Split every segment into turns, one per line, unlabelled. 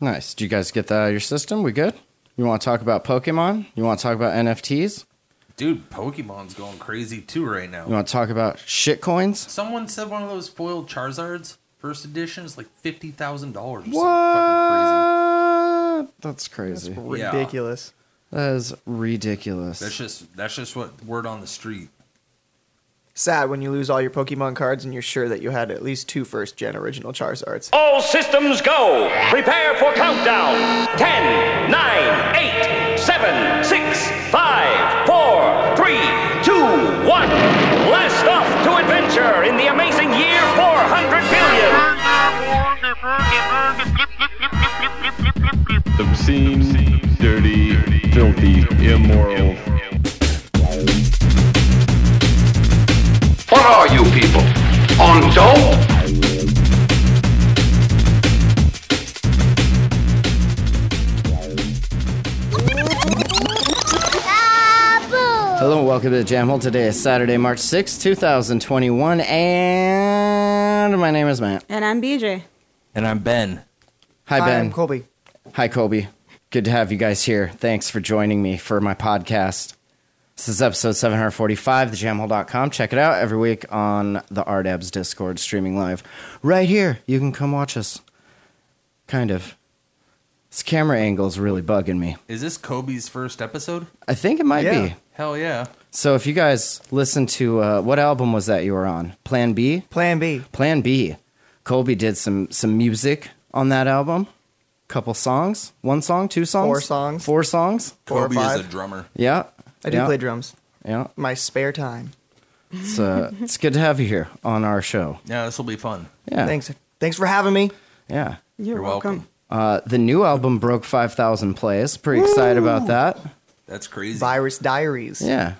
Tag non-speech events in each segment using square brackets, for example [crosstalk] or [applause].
Nice. Did you guys get that out of your system? We good? You want to talk about Pokemon? You want to talk about NFTs?
Dude, Pokemon's going crazy too right now.
You want to talk about shit coins?
Someone said one of those foiled Charizards first edition is like fifty thousand dollars.
What? That's crazy.
That's Yeah.
Ridiculous.
That is ridiculous.
That's just that's just what word on the street.
Sad when you lose all your Pokemon cards and you're sure that you had at least two first gen original Charizards.
Oh,
All systems go. Prepare for countdown. 10, 9, 8, 7, 6, 5, 4, 3, 2, 1. Blast off to adventure in the amazing year 400 billion.
Obscene, dirty, filthy, immoral.
What are you people? On dope?
Hello and welcome to the Jam Hole. Today is Saturday, March sixth, two 2021, and my name is Matt.
And I'm BJ.
And I'm Ben.
Hi,
Hi,
Ben.
I'm Colby.
Hi, Kobe. Good to have you guys here. Thanks for joining me for my podcast. This is episode 745, thejamhole.com. Check it out every week on the RDABS Discord, streaming live right here. You can come watch us. Kind of. This camera angle is really bugging me.
Is this Kobe's first episode?
I think it might
Yeah.
be.
Hell yeah.
So if you guys listen to uh, what album was that you were on? Plan B?
Plan B.
Plan B. Colby did some some music on that album. Couple songs. One song, two songs.
Four songs.
Four songs.
Four or
Kobe is a
five.
drummer.
Yeah.
I do
yeah.
play drums.
Yeah.
My spare time.
It's uh, it's good to have you here on our show.
Yeah, this will be fun.
Yeah.
Thanks. Thanks for having me.
Yeah.
You're,
You're
welcome.
welcome.
Uh, the new album broke 5,000 plays. Pretty excited about that.
That's crazy.
Virus Diaries.
Yeah.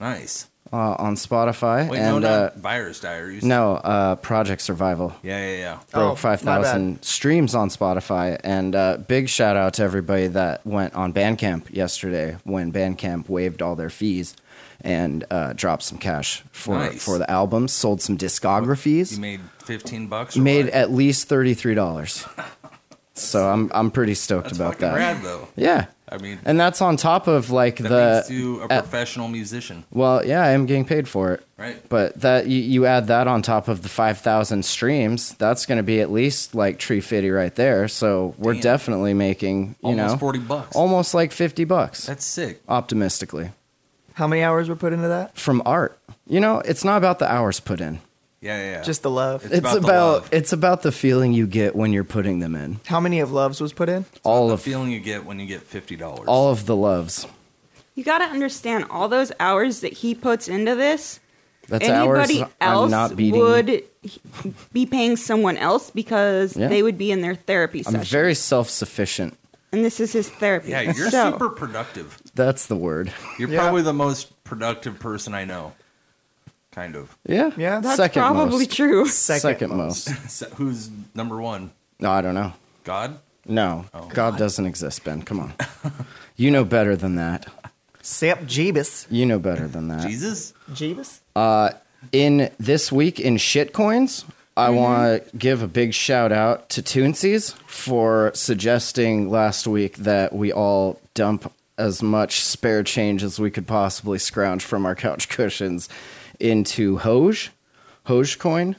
nice.
Uh, on Spotify.
Wait,
and
no,
uh,
not Virus Diaries.
no, uh, Project Survival
Yeah, yeah, yeah.
broke
Oh,
5,000 streams on Spotify. And uh, big shout out to everybody that went on Bandcamp yesterday when Bandcamp waived all their fees and uh, dropped some cash for,
Nice.
for the album, sold some discographies.
You made fifteen bucks. Or
made
what?
at least thirty three dollars. so I'm I'm pretty stoked
that's
about
fucking
that.
rad though.
Yeah,
I mean,
and that's on top of like
that makes
the
you a
at-
professional musician,
well, yeah, I'm getting paid for it.
right?
But that you, you add that on top of the five thousand streams, that's going to be at least like tree fitty right there. So we're
Damn.
definitely making you
Almost
know
forty bucks.
almost like fifty bucks
That's sick.
optimistically
How many hours were put into that?
from art. You know, it's not about the hours put in.
Yeah, yeah. yeah.
Just the love.
It's
It's,
about the
about,
love.
it's about the feeling you get when you're putting them in.
How many of loves was put in?
all
the
of
feeling you get when you get fifty dollars.
all of the loves.
You got to understand all those hours that he puts into this.
That's
anybody
hours
else
I'm not beating.
would he- be paying someone else because
Yeah.
they would be in their therapy
I'm
session.
very self-sufficient.
and this is his therapy.
Yeah, you're
So,
super productive.
That's the word.
You're
Yeah.
probably the most productive person I know. Kind of.
Yeah.
Yeah, that's
Second
probably
most.
true.
Second, most.
So who's number one?
No, I don't know.
God?
No, God, doesn't exist, Ben. Come on. you know better than that.
Sep Jeebus.
You know better than that.
Jesus?
Jeebus?
In this week in shitcoins,
Mm-hmm.
I want to give a big shout out to Toonsies for suggesting last week that we all dump as much spare change as we could possibly scrounge from our couch [laughs] cushions into Hoj, Hoj coin.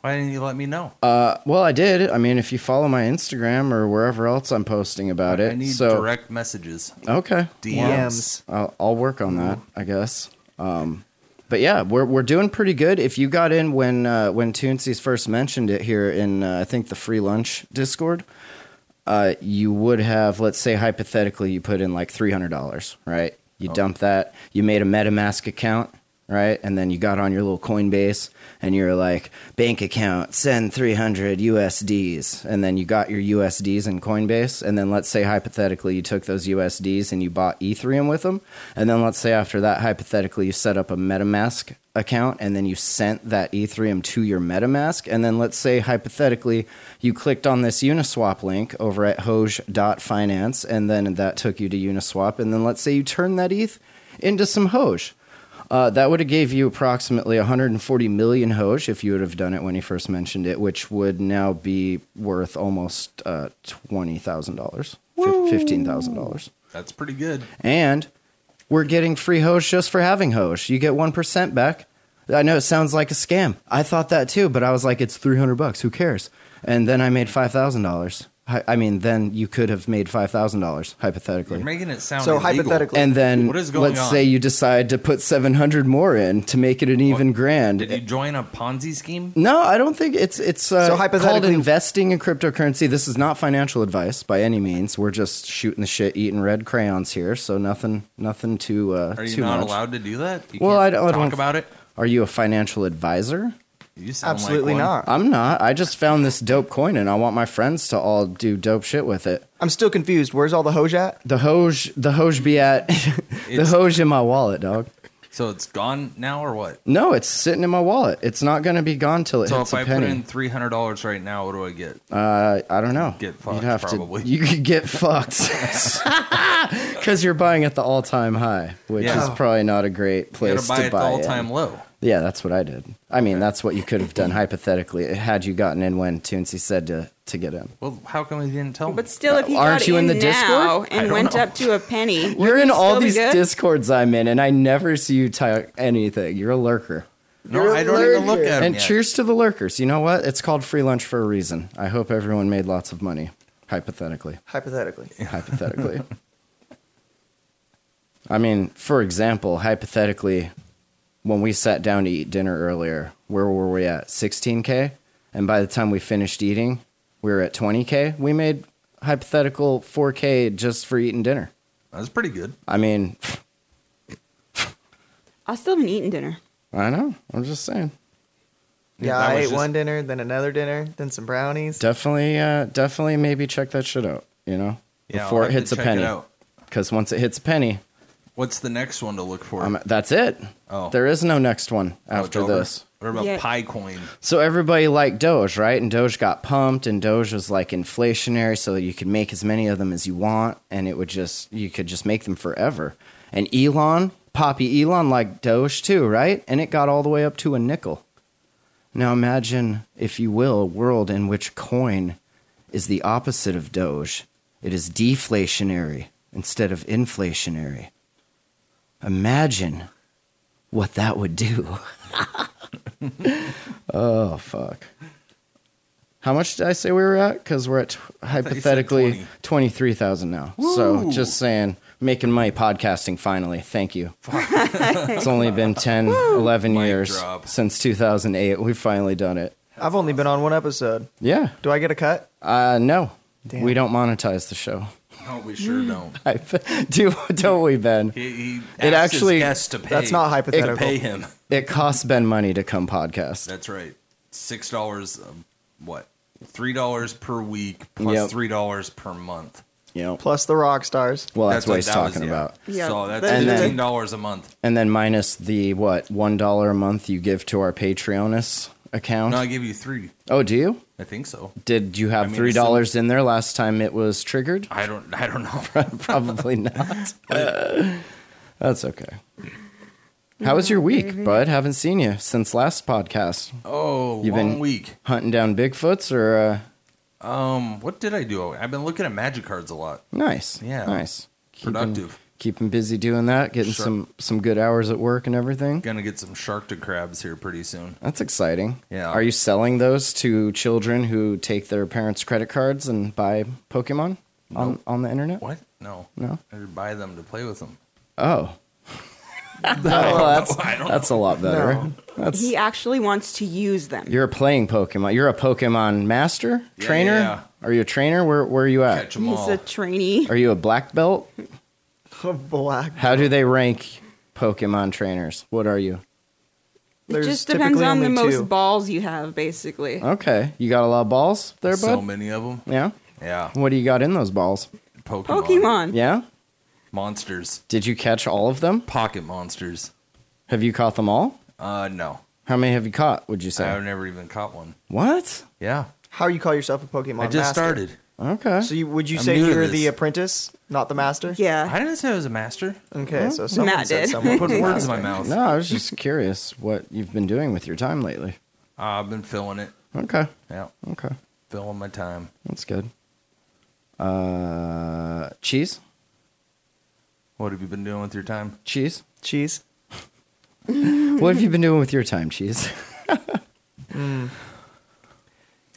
Why didn't you let me know?
uh, Well, I did. I mean, if you follow my Instagram or wherever else I'm posting about it,
I need
so
direct messages.
okay,
DMs.
I'll, I'll work on that, I guess. Um, but yeah, we're we're doing pretty good. If you got in when uh, when Toonsies first mentioned it here in uh, I think the free lunch Discord, uh, you would have let's say hypothetically you put in like three hundred dollars, right? You dump that, you made a MetaMask account, right, and then you got on your little Coinbase and you're like bank account send three hundred USDs, and then you got your USDs in Coinbase, and then let's say hypothetically you took those USDs and you bought Ethereum with them, and then let's say after that hypothetically you set up a MetaMask account and then you sent that Ethereum to your MetaMask. And then let's say hypothetically you clicked on this Uniswap link over at E Hoj.finance and then that took you to Uniswap. And then let's say you turned that ETH into some Hoj. Uh, that would have gave you approximately 140 million Hoj if you would have done it when he first mentioned it, which would now be worth almost uh, twenty thousand dollars, fifteen thousand dollars.
That's pretty good.
And we're getting free Hoj just for having Hoj. You get one percent back. I know it sounds like a scam. I thought that too, but I was like, it's three hundred bucks. Who cares? And then I made five thousand dollars. I mean, then you could have made five thousand dollars hypothetically.
You're making it sound
So
illegal.
hypothetically-
And then
What is going
let's
on?
say you decide to put 700 more in to make it an even grand.
Did you join a Ponzi scheme?
no, I don't think it's it's uh,
So
called
hypothetically-
investing in cryptocurrency. This is not financial advice by any means. We're just shooting the shit, eating red crayons here, so nothing nothing too uh,
Are you
too
not
much.
allowed to do that? You
Well,
can't
I don't- I
talk
don't-
about it.
Are you a financial advisor?
You sound
Absolutely
like one.
not.
I'm not. I just found this dope coin and I want my friends to all do dope shit with it.
I'm still confused. Where's all the Hoj at?
The hoj, the hoj be at, [laughs] the
It's-
hoj in my wallet, dog.
So it's gone now, or what?
No, it's sitting in my wallet. It's not going to be gone till it
So
hits
if
a
I put
penny.
in three hundred dollars right now, what do I get?
Uh, I don't know.
Get fucked,
You'd have
probably.
To, you could get fucked
[laughs]
[laughs] because you're buying at the all-time high, which
Yeah.
is probably not a great
You
place
gotta buy
to
at the
buy.
all
in.
time low.
Yeah, that's what I did. I mean, that's what you could have done
[laughs]
hypothetically had you gotten in when Toonsy said to to get in.
Well, how come he didn't tell me?
But still, if he
Aren't
got
you in the
now
Discord?
I
and
don't
went
know.
up to a penny,
you're in
you
all
still be
these
good?
discords I'm in, and I never see you type anything. You're a lurker.
no, I don't even look at him.
And
yet.
cheers to the lurkers. You know what? It's called free lunch for a reason. I hope everyone made lots of money, hypothetically.
Hypothetically.
hypothetically. I mean, for example, hypothetically, when we sat down to eat dinner earlier, where were we at? 16K? And by the time we finished eating, we were at 20K. We made hypothetical 4K just for eating dinner.
That's pretty good.
I mean,
I still haven't eaten dinner.
I know. I'm just saying.
Yeah,
That
I ate
was just-
one dinner, then another dinner, then some brownies.
Definitely, uh, definitely maybe check that shit out, you know?
Yeah, I'll
before
have
it
to
hits a
check
penny.
It out.
Because once it hits a penny,
What's the next one to look for?
um, that's it.
Oh.
There is no next one
Oh, it's
after
over?
this.
What about
Yeah.
PyCoin?
So everybody liked Doge, right? And Doge got pumped, and Doge was like inflationary, so you could make as many of them as you want, and it would just you could just make them forever. And Elon, Poppy Elon liked Doge too, right? And it got all the way up to a nickel. Now imagine, if you will, a world in which coin is the opposite of Doge. It is deflationary instead of inflationary. Imagine what that would do. [laughs] Oh fuck. How much did I say we were at? Because we're at t-
you said
hypothetically
20.
twenty three thousand now. So just saying, making money podcasting finally. Thank you. it's only been 10, 11
Mic
years
drop.
since two thousand eight. We've finally done it.
I've only been on one episode.
Yeah.
Do I get a cut?
Uh, no,
Damn.
we don't monetize the show. [laughs]
No, we
Mm.
sure don't.
I, [laughs] do don't we, Ben?
He, he asked
actually-
his guests to pay.
That's not hypothetical.
To pay him.
It costs Ben money to come podcast.
That's right. Six dollars. Um, what? Three dollars per week plus
Yep.
three dollars per month.
Yep.
Plus the rock stars.
Well, that's, what he's
that was-
talking
yeah.
about.
Yeah,
So that's
that's
And then-
fifteen dollars a month.
And then minus the what one dollar a month you give to our Patreonus account.
No, I give you three.
oh, do you?
I think so.
Did you have
mean,
three dollars in there last time it was
[laughs]
triggered?
I don't.
[laughs]
I don't know.
Probably [laughs] not. Uh, That's okay. How was your week, bud? Haven't seen you since last podcast.
[laughs] Oh,
You've
long
been-
week.
Hunting down Bigfoots or uh,
Um, what did I do? I've been looking at magic cards a lot.
nice?
Yeah.
nice. Keeping-
Productive.
Keeping busy doing that, getting
Sure.
some some good hours at work and everything.
Gonna get some shark to crabs here pretty soon.
That's exciting.
Yeah.
Are you selling those to children who take their parents' credit cards and buy Pokemon on, on the internet?
What? No.
No.
I just buy them to play with them.
Oh. Well, that's
[laughs] I don't
that's a lot better.
No.
That's
He actually wants to use them.
you're playing Pokemon. You're a Pokemon master
Yeah,
trainer.
yeah,
Are you a trainer? Where where are you at?
Catch them
He's
all.
a trainee.
Are you a black belt?
[laughs] Black.
How do they rank Pokemon trainers? What are you?
It
There's
just depends
typically
on the
only
most
two.
balls you have, basically.
Okay, you got a lot of balls there, bud.
so many of them.
yeah.
Yeah.
What do you got in those balls?
Pokemon.
Pokemon.
Yeah.
Monsters.
Did you catch all of them?
Pocket monsters.
Have you caught them all?
Uh, no.
How many have you caught? Would you say?
I've never even caught one.
What?
Yeah.
How you call yourself a Pokemon
I just
master?
started.
Okay.
So you, would you
I'm
say
new to
you're the
this.
apprentice, not the master?
Yeah. Mm-hmm.
I didn't say I was a master.
Okay, so someone
Matt
said
did.
[laughs]
someone [laughs]
Put
was the
words in my
master.
mouth.
no, I was just curious what you've been doing with your time lately.
Ah, I've been filling it.
Okay.
Yeah,
Okay.
filling my time.
That's good. Uh, cheese?
What have you been doing with your time?
[laughs]
Cheese?
Cheese.
what have you been doing with your time, cheese?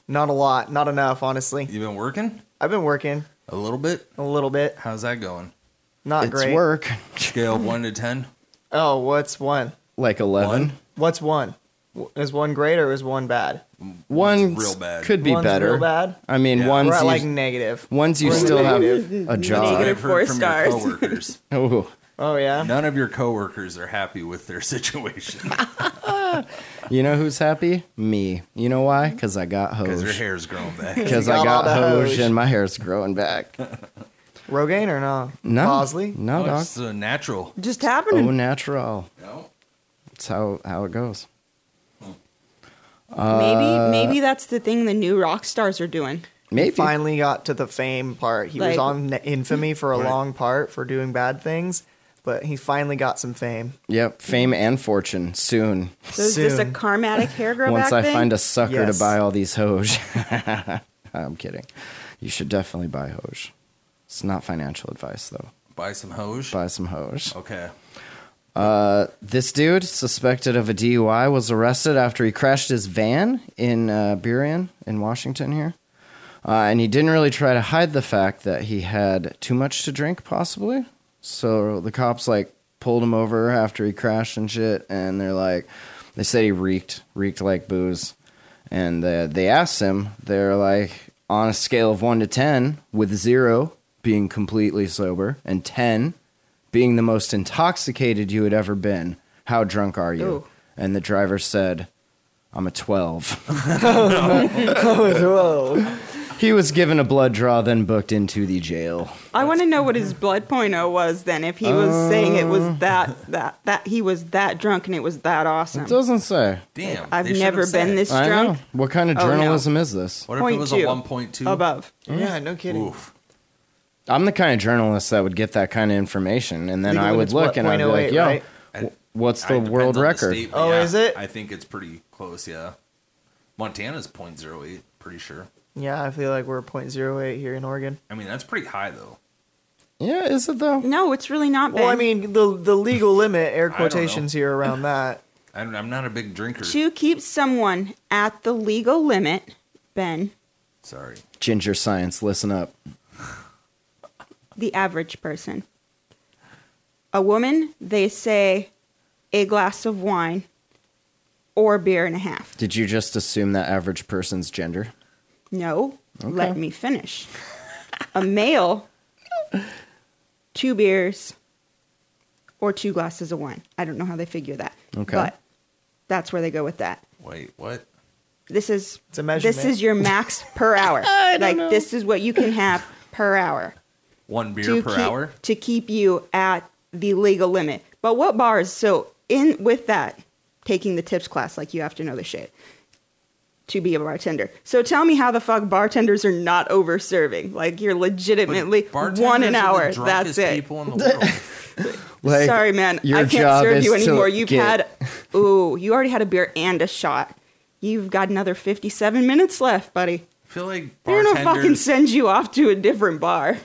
Not a lot, not enough, honestly.
You been working
I've been working
a little bit?
a little bit,
How's that going?
[laughs]
not
it's
great.
work.
Scale one to ten.
Oh, what's one?
Like 11.
What's one? W- Is one great or is one bad?
One's
real bad.
Could be
One's
better.
real bad?
I mean,
Yeah.
one's
We're at
you,
like negative.
ones you
we're
still have
[laughs] negative.
a
What
job.
Uh, I've
Negative four
heard from your
stars. [laughs]
coworkers.
Oh,
Oh yeah.
None of your coworkers are happy with their [laughs] situation
you know who's happy? Me. You know why? Because I
[laughs]
got
because your
hosed.
hair's growing
[laughs]
back.
Because
You
I
got
got
all the
hosed
hose.
and my hair's growing
[laughs]
back.
Rogaine or no?
No.
Bosley.
No,
Oh,
dog.
it's uh, natural.
Just
Oh,
happening.
natural.
No.
That's how, how it goes.
maybe maybe that's the thing the new rock stars are doing.
Maybe.
Finally got to the fame part. He was
Like-
on n- infamy for a
Right.
long part for doing bad things, but he finally got some fame.
Yep. Fame and fortune soon.
So is this a
Soon.
karmatic hair grow
Once
back
I
thing?
find a sucker
Yes.
to buy all these hoj. [laughs] I'm kidding. You should definitely buy hoj. It's not financial advice though.
Buy some hose.
Buy some hoj.
Okay.
Uh, This dude, suspected of a DUI, was arrested after he crashed his van in uh, Burien in Washington here. Uh, and he didn't really try to hide the fact that he had too much to drink, possibly. So the cops like pulled him over after he crashed and shit, and they're like, they said he reeked, reeked like booze. And uh, they asked him, they're like, on a scale of one to ten, with zero being completely sober and ten being the most intoxicated you had ever been, how drunk are you?
Ooh.
And the driver said, I'm a [laughs] 12. [laughs]
Whoa.
he was given a blood draw, then booked into the jail.
I want to know what his blood point oh was then. If he was saying it was that that that he was that drunk and it was that awesome.
It doesn't say.
Damn.
I've
they should
never
have said.
been this
I know.
drunk
What kind of
Oh, no.
journalism is this?
What if it
Point
was
two.
a one point two?
above.
yeah, no kidding.
Mm. Oof.
I'm the kind of journalist that would get that kind of information, and then
Legal
I would
Limits,
look
what,
and I'd be like,
0.08,
yo,
right?
w- what's
It
the
depends
world
on the
record?
state, but
Oh,
yeah,
is it?
I think it's pretty close, yeah. Montana's 0.08, pretty sure.
Yeah, I feel like we're 0.08 here in Oregon.
I mean, that's pretty high, though.
yeah, is it though?
No, it's really not.
Well, I
Ben.
mean, the the legal limit, air
don't know.
quotations
[laughs]
here around that.
I don't, I'm not a big drinker.
to keep someone at the legal limit, Ben,
Sorry.
Ginger science, listen up.
the average person. A woman, they say a glass of wine or beer and a half.
Did you just assume that average person's gender?
No, let me finish. A male, two beers or two glasses of wine. I don't know how they figure that.
Okay.
But that's where they go with that.
Wait, what?
This is
It's a measurement.
this is your max
[laughs]
per hour. like this is what you can have per hour.
One beer per
keep,
hour?
to keep you at the legal limit. But what bars? So in with that, taking the tips class, like you have to know the shit to be a bartender. So tell me how the fuck bartenders are not over serving. Like you're legitimately
Bartenders
one an
are the
hour.
drunkest
That's it.
people in the
[laughs]
world.
Like,
Sorry, man.
your
I can't
job
serve
is
you
to
anymore. You've
get-
had, ooh, you already had a beer and a shot. You've got another 57 minutes left, buddy.
I feel like
They're gonna fucking
bartenders,
send you off to a different bar.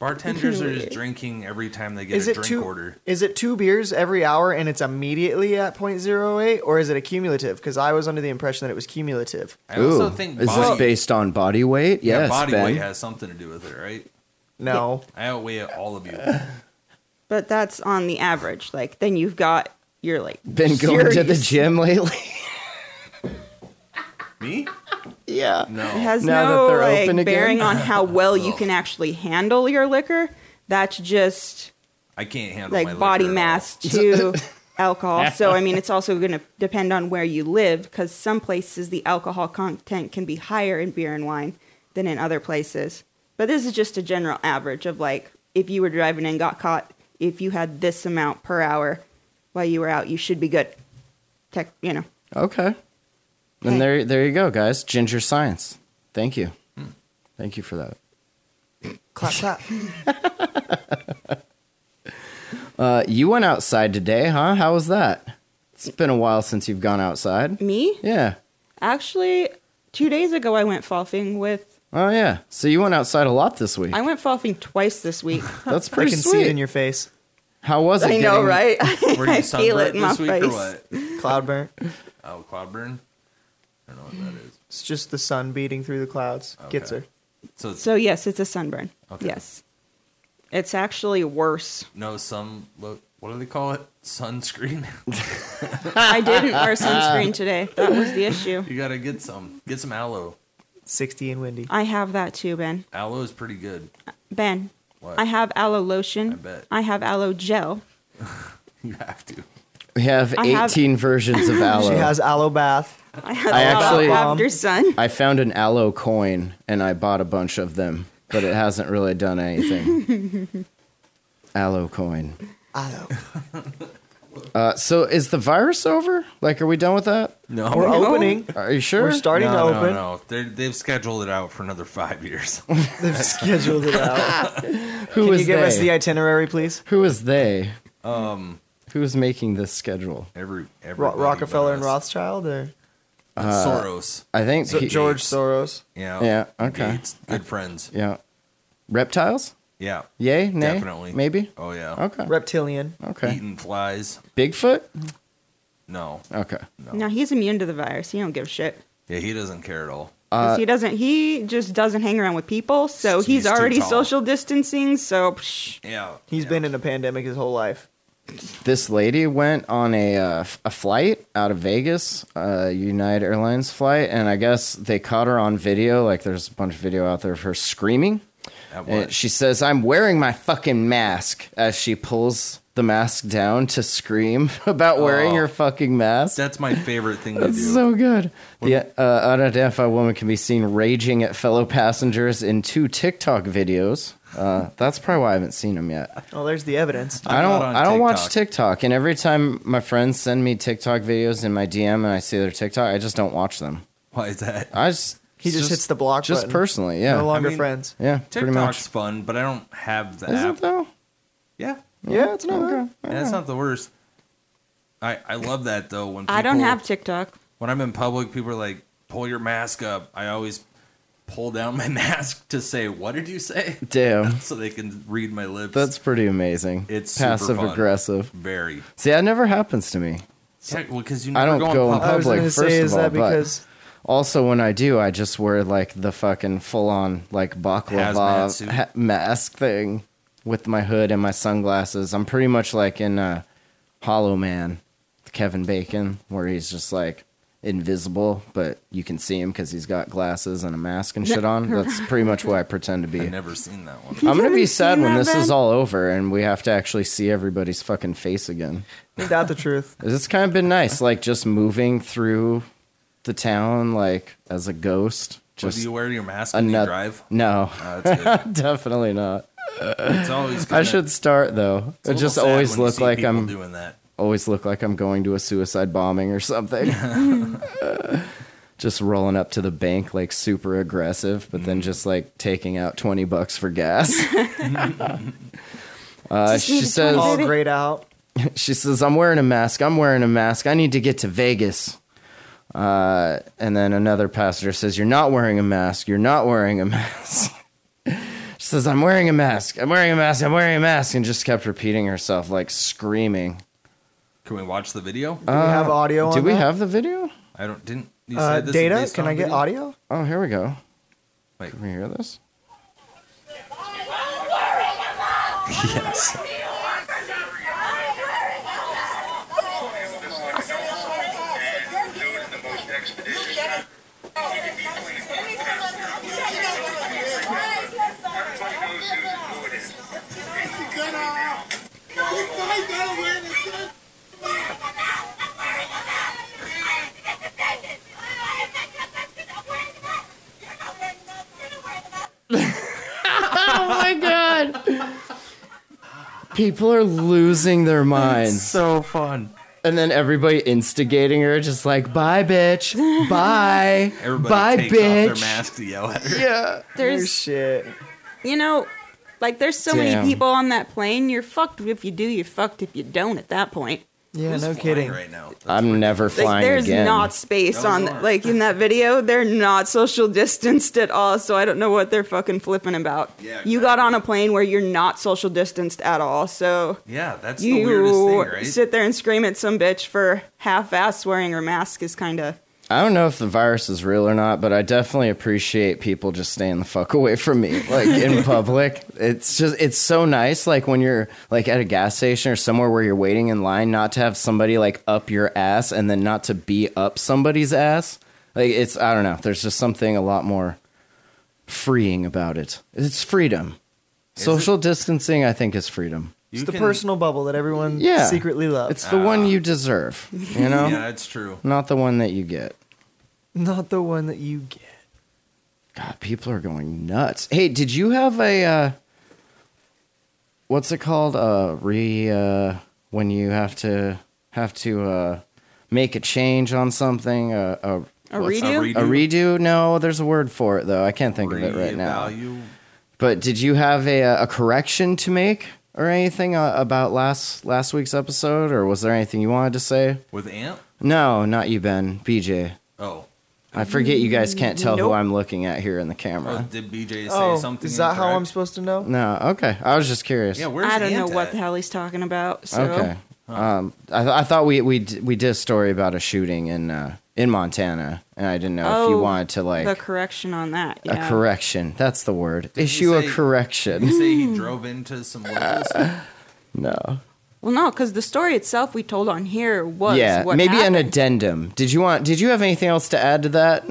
bartenders are just drinking every time they get
Is
a
it
drink
two?
order.
Is it two beers every hour and it's immediately at 0.08, or is it a cumulative? Because I was under the impression that it was cumulative.
I
Ooh,
also think
is
body,
this based on body weight?
yeah,
yes,
body
Ben.
weight has something to do with it, right?
No,
I outweigh all
[laughs]
of you.
but that's on the average. Like then you've got you're like
Been going to the
serious.
gym lately? [laughs]
Me?
yeah.
No.
It has
Now
no
that they're
like
open again.
bearing on
[laughs]
how well you can actually handle your liquor. That's just
I can't handle my
like
liquor
body
at all. [laughs]
mass to alcohol. So I mean, it's also going to depend on where you live because some places the alcohol content can be higher in beer and wine than in other places. But this is just a general average of like if you were driving and got caught, if you had this amount per hour while you were out, you should be good. Tech, you know.
Okay.
Okay.
Hmm.
And there, there you go, guys. Ginger science. Thank you. Thank you for that.
Clap, [laughs] clap.
Uh, you went outside today, huh? How was that? It's been a while since you've gone outside.
Me?
Yeah.
Actually, two days ago I went golfing with.
Oh yeah. So you went outside a lot this week.
I went golfing twice
[laughs]
this week.
That's
I
pretty
can
sweet.
see it in your face.
How was it?
I
getting-
know,
[laughs]
right?
Were you
[laughs] I feel it
sunburnt
in my
this week or
face.
what?
Cloud burn.
Oh, cloud burn. I don't know what that is.
It's just the sun beating through the clouds. Gets her.
Okay. So it's
So yes, it's a sunburn.
Okay.
Yes, it's actually worse.
no sun. Lo- what do they call it? Sunscreen. [laughs]
I didn't wear sunscreen today. That was the issue.
you gotta get some. Get some aloe.
60 and windy.
I have that too, Ben.
Aloe is pretty good. [laughs]
Ben,
What?
I have aloe lotion.
I bet.
I have aloe gel.
You have to.
We have
I have-
18 versions
[laughs]
of aloe.
She has aloe bath.
I have
I
aloe
actually-
um,
after sun.
I found an aloe coin and I bought a bunch of them, but it hasn't really done anything.
[laughs]
aloe coin.
Aloe.
Uh, so is the virus over? Like, are we done with that?
No.
We're opening.
Are you Oh. sure?
We're starting
no,
to open.
no, no. They're, they've scheduled it out for another five years. [laughs]
They've scheduled it out.
Who
Can
is
you give
they?
us the itinerary, please?
Who is they? Um, who's making this schedule?
Every, every
Ro- Rockefeller and Rothschild, or
Soros.
I think
So-
he-
George Soros.
Yeah.
Uh, Yeah, okay. Uh,
Gates, good friends.
Yeah. Reptiles?
Yeah.
Yay? Nay?
Definitely.
Maybe.
Oh yeah.
Okay.
Reptilian.
okay.
Eating flies.
Bigfoot?
No.
Okay.
No, he's immune to the virus. He don't give a shit.
Yeah, he doesn't care at all.
'Cause he doesn't. He just doesn't hang around with people. So
He's
he's
too
already
tall.
social distancing. So psh,
Yeah.
He's
He's
been in a pandemic his whole life.
This lady went on a uh, f- a flight out of Vegas, uh, United Airlines flight, and I guess they caught her on video. Like, there's a bunch of video out there of her screaming.
At
And
what?
she says, "I'm wearing my fucking mask," as she pulls the mask down to scream [laughs] about wearing
Oh.
her fucking mask.
That's my favorite thing to do.
That's so good. The uh, unidentified woman can be seen raging at fellow passengers in two TikTok videos. Uh, that's probably why I haven't seen them yet.
Oh, there's the evidence.
I don't.
not on
I don't watch
TikTok.
TikTok, and every time my friends send me TikTok videos in my DM and I see their TikTok, I just don't watch them.
Why is that?
I just
He just, hits the block
just
button.
personally, yeah,
No longer
I mean-
friends.
yeah, [laughs] pretty
TikTok's
much.
fun, but I don't have the
Is
app.
it though?
Yeah.
Yeah, it's not
Okay.
Yeah, That's not the worst. I I love that though. When people,
I don't have TikTok.
when I'm in public, people are like, "Pull your mask up." I always pull down my [laughs] mask to say, "What did you say?"
Damn,
[laughs] so they can read my lips.
that's pretty amazing.
It's super
passive
fun.
aggressive.
very.
See, that never happens to me.
Yeah, well, because you
I
never
don't
go,
go
in
in
public.
I was
Public,
going to
first
say, is
of all,
that
but-
because
Also, when I do, I just wear like the fucking full on like
Hazmat
baklava
suit.
ha- mask thing with my hood and my sunglasses. I'm pretty much like in uh, Hollow Man, with Kevin Bacon, where he's just like invisible, but you can see him because he's got glasses and a mask and shit on. That's pretty much what I pretend to
[laughs] I've
be.
never seen that one.
I'm gonna be
haven't
sad
seen
when
that,
this is
Ben?
all over and we have to actually see everybody's fucking face again.
Ain't that
[laughs]
the truth?
It's kind of been nice, like just moving through the town, like as a ghost.
Well,
Just
do you wear your mask when you
another [laughs]
drive?
No,
Oh, that's good.
definitely not.
It's always.
I
kinda-
should start though.
it's a
It
little
just
sad
always
when you
look
see
like
people
I'm
doing that.
always look like I'm going to a suicide bombing or something.
[laughs]
[laughs] just rolling up to the bank like super aggressive, but
Mm.
then just like taking out twenty bucks for
[laughs]
gas. Uh,
Just need
she
to
says,
tell
All
Baby.
grayed out.
she says, I'm wearing a mask. I'm wearing a mask. I need to get to Vegas. Uh, and then another passenger says, You're not wearing a mask. You're not wearing a [laughs] mask. she says, I'm wearing a mask. I'm wearing a mask. I'm wearing a mask. And just kept repeating herself, like screaming.
Can we watch the video?
Do we have audio on
Uh, Do we
that?
have the video?
I don't. Didn't you say
uh,
this is
data?
based
Can
on
I get
video?
audio?
Oh, here we go.
Wait.
Can we hear this?
Yes.
Oh my God. [laughs] People are losing their minds.
So fun.
And then everybody instigating her, just like, bye, bitch.
[laughs]
Bye.
Everybody
bye,
takes
bitch.
off their mask to yell at her.
Yeah.
There's
Shit.
You know, Like, there's so
Damn.
many people on that plane. You're fucked if you do. You're fucked if you don't. At that point,
Yeah,
Who's
no
flying
kidding.
Right now, That's
I'm never
like,
flying
there's
again.
not space
Those
on
aren't.
like in that video. They're not social [laughs] distanced at all. So I don't know what they're fucking flipping about.
Yeah,
You got
exactly.
on a plane where you're not social distanced at all. So
yeah, that's the weirdest
you
thing, right?
sit there and scream at some bitch for half-ass wearing her mask is kind of
I don't know if the virus is real or not, but I definitely appreciate people just staying the fuck away from me, like
[laughs]
in public. It's just, it's so nice, like when you're like at a gas station or somewhere where you're waiting in line, not to have somebody like up your ass and then not to be up somebody's ass. Like it's, I don't know. There's just something a lot more freeing about it. It's freedom. Social distancing, I think, is freedom.
You
It's the
can-
personal bubble that everyone
Yeah.
secretly loves.
It's the
Ah.
one you deserve, you
[laughs]
know,
Yeah, that's true.
not the one that you get.
not the one that you get.
God, people are going nuts. Hey, did you have a uh, what's it called? Uh, re uh, when you have to have to uh, make a change on something. Uh, a
a
what's-
redo.
redo?
A redo? No, there's a word for it though. I can't think of it right now.
Revalue-
But did you have a uh, a correction to make or anything uh, about last last week's episode, or was there anything you wanted to say?
with Ant.
No, not you, Ben. BJ.
Oh,
I forget you guys can't tell who
Nope.
I'm looking at here in the
oh,
camera.
did BJ say
Oh,
something?
is that how I'm
incorrect?
supposed to know?
No, okay. I was just curious.
Yeah, where's
I don't know
Ant
what
at?
the hell he's talking about. So
okay. Um, I, th- I thought we we d- we did a story about a shooting in uh, in Montana, and I didn't know if you
Oh,
wanted to like
the correction on that.
a
Yeah.
correction. That's the word. Issue
say-
a
You [laughs]
correction.
say
Hmm.
he drove into some
[laughs]
locals.
no.
Well, no, because the story itself we told on here was
yeah,
what
maybe an
happened.
addendum. Did you want? Did you have anything else to add to that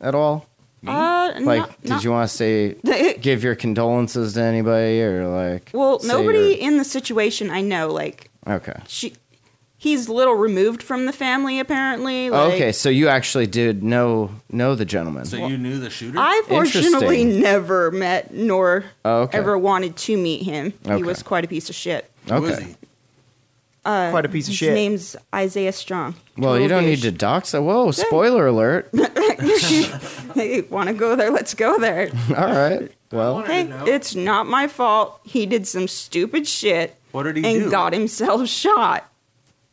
at all?
uh,
Like,
not-
did
not-
you want to say
[laughs]
give your condolences to anybody or like?
well,
say
nobody
your-
in the situation I know. Like
Okay.
she, he's little removed from the family apparently. Like,
okay, so you actually did know know the gentleman.
So you knew the shooter?
I fortunately
Interesting.
never met nor
Oh, okay.
ever wanted to meet him.
Okay.
He was quite a piece of shit.
Who is
okay.
he?
Quite a piece of
His
shit.
name's Isaiah Strong.
Well, you
Total
don't need to
douche.
dox. it. Whoa, spoiler alert. [laughs]
[laughs] Hey, want to go there? Let's go there.
All right.
[laughs]
Well,
Hey, it's not my fault. He did some stupid shit
What did he
and
do?
got himself [laughs] shot.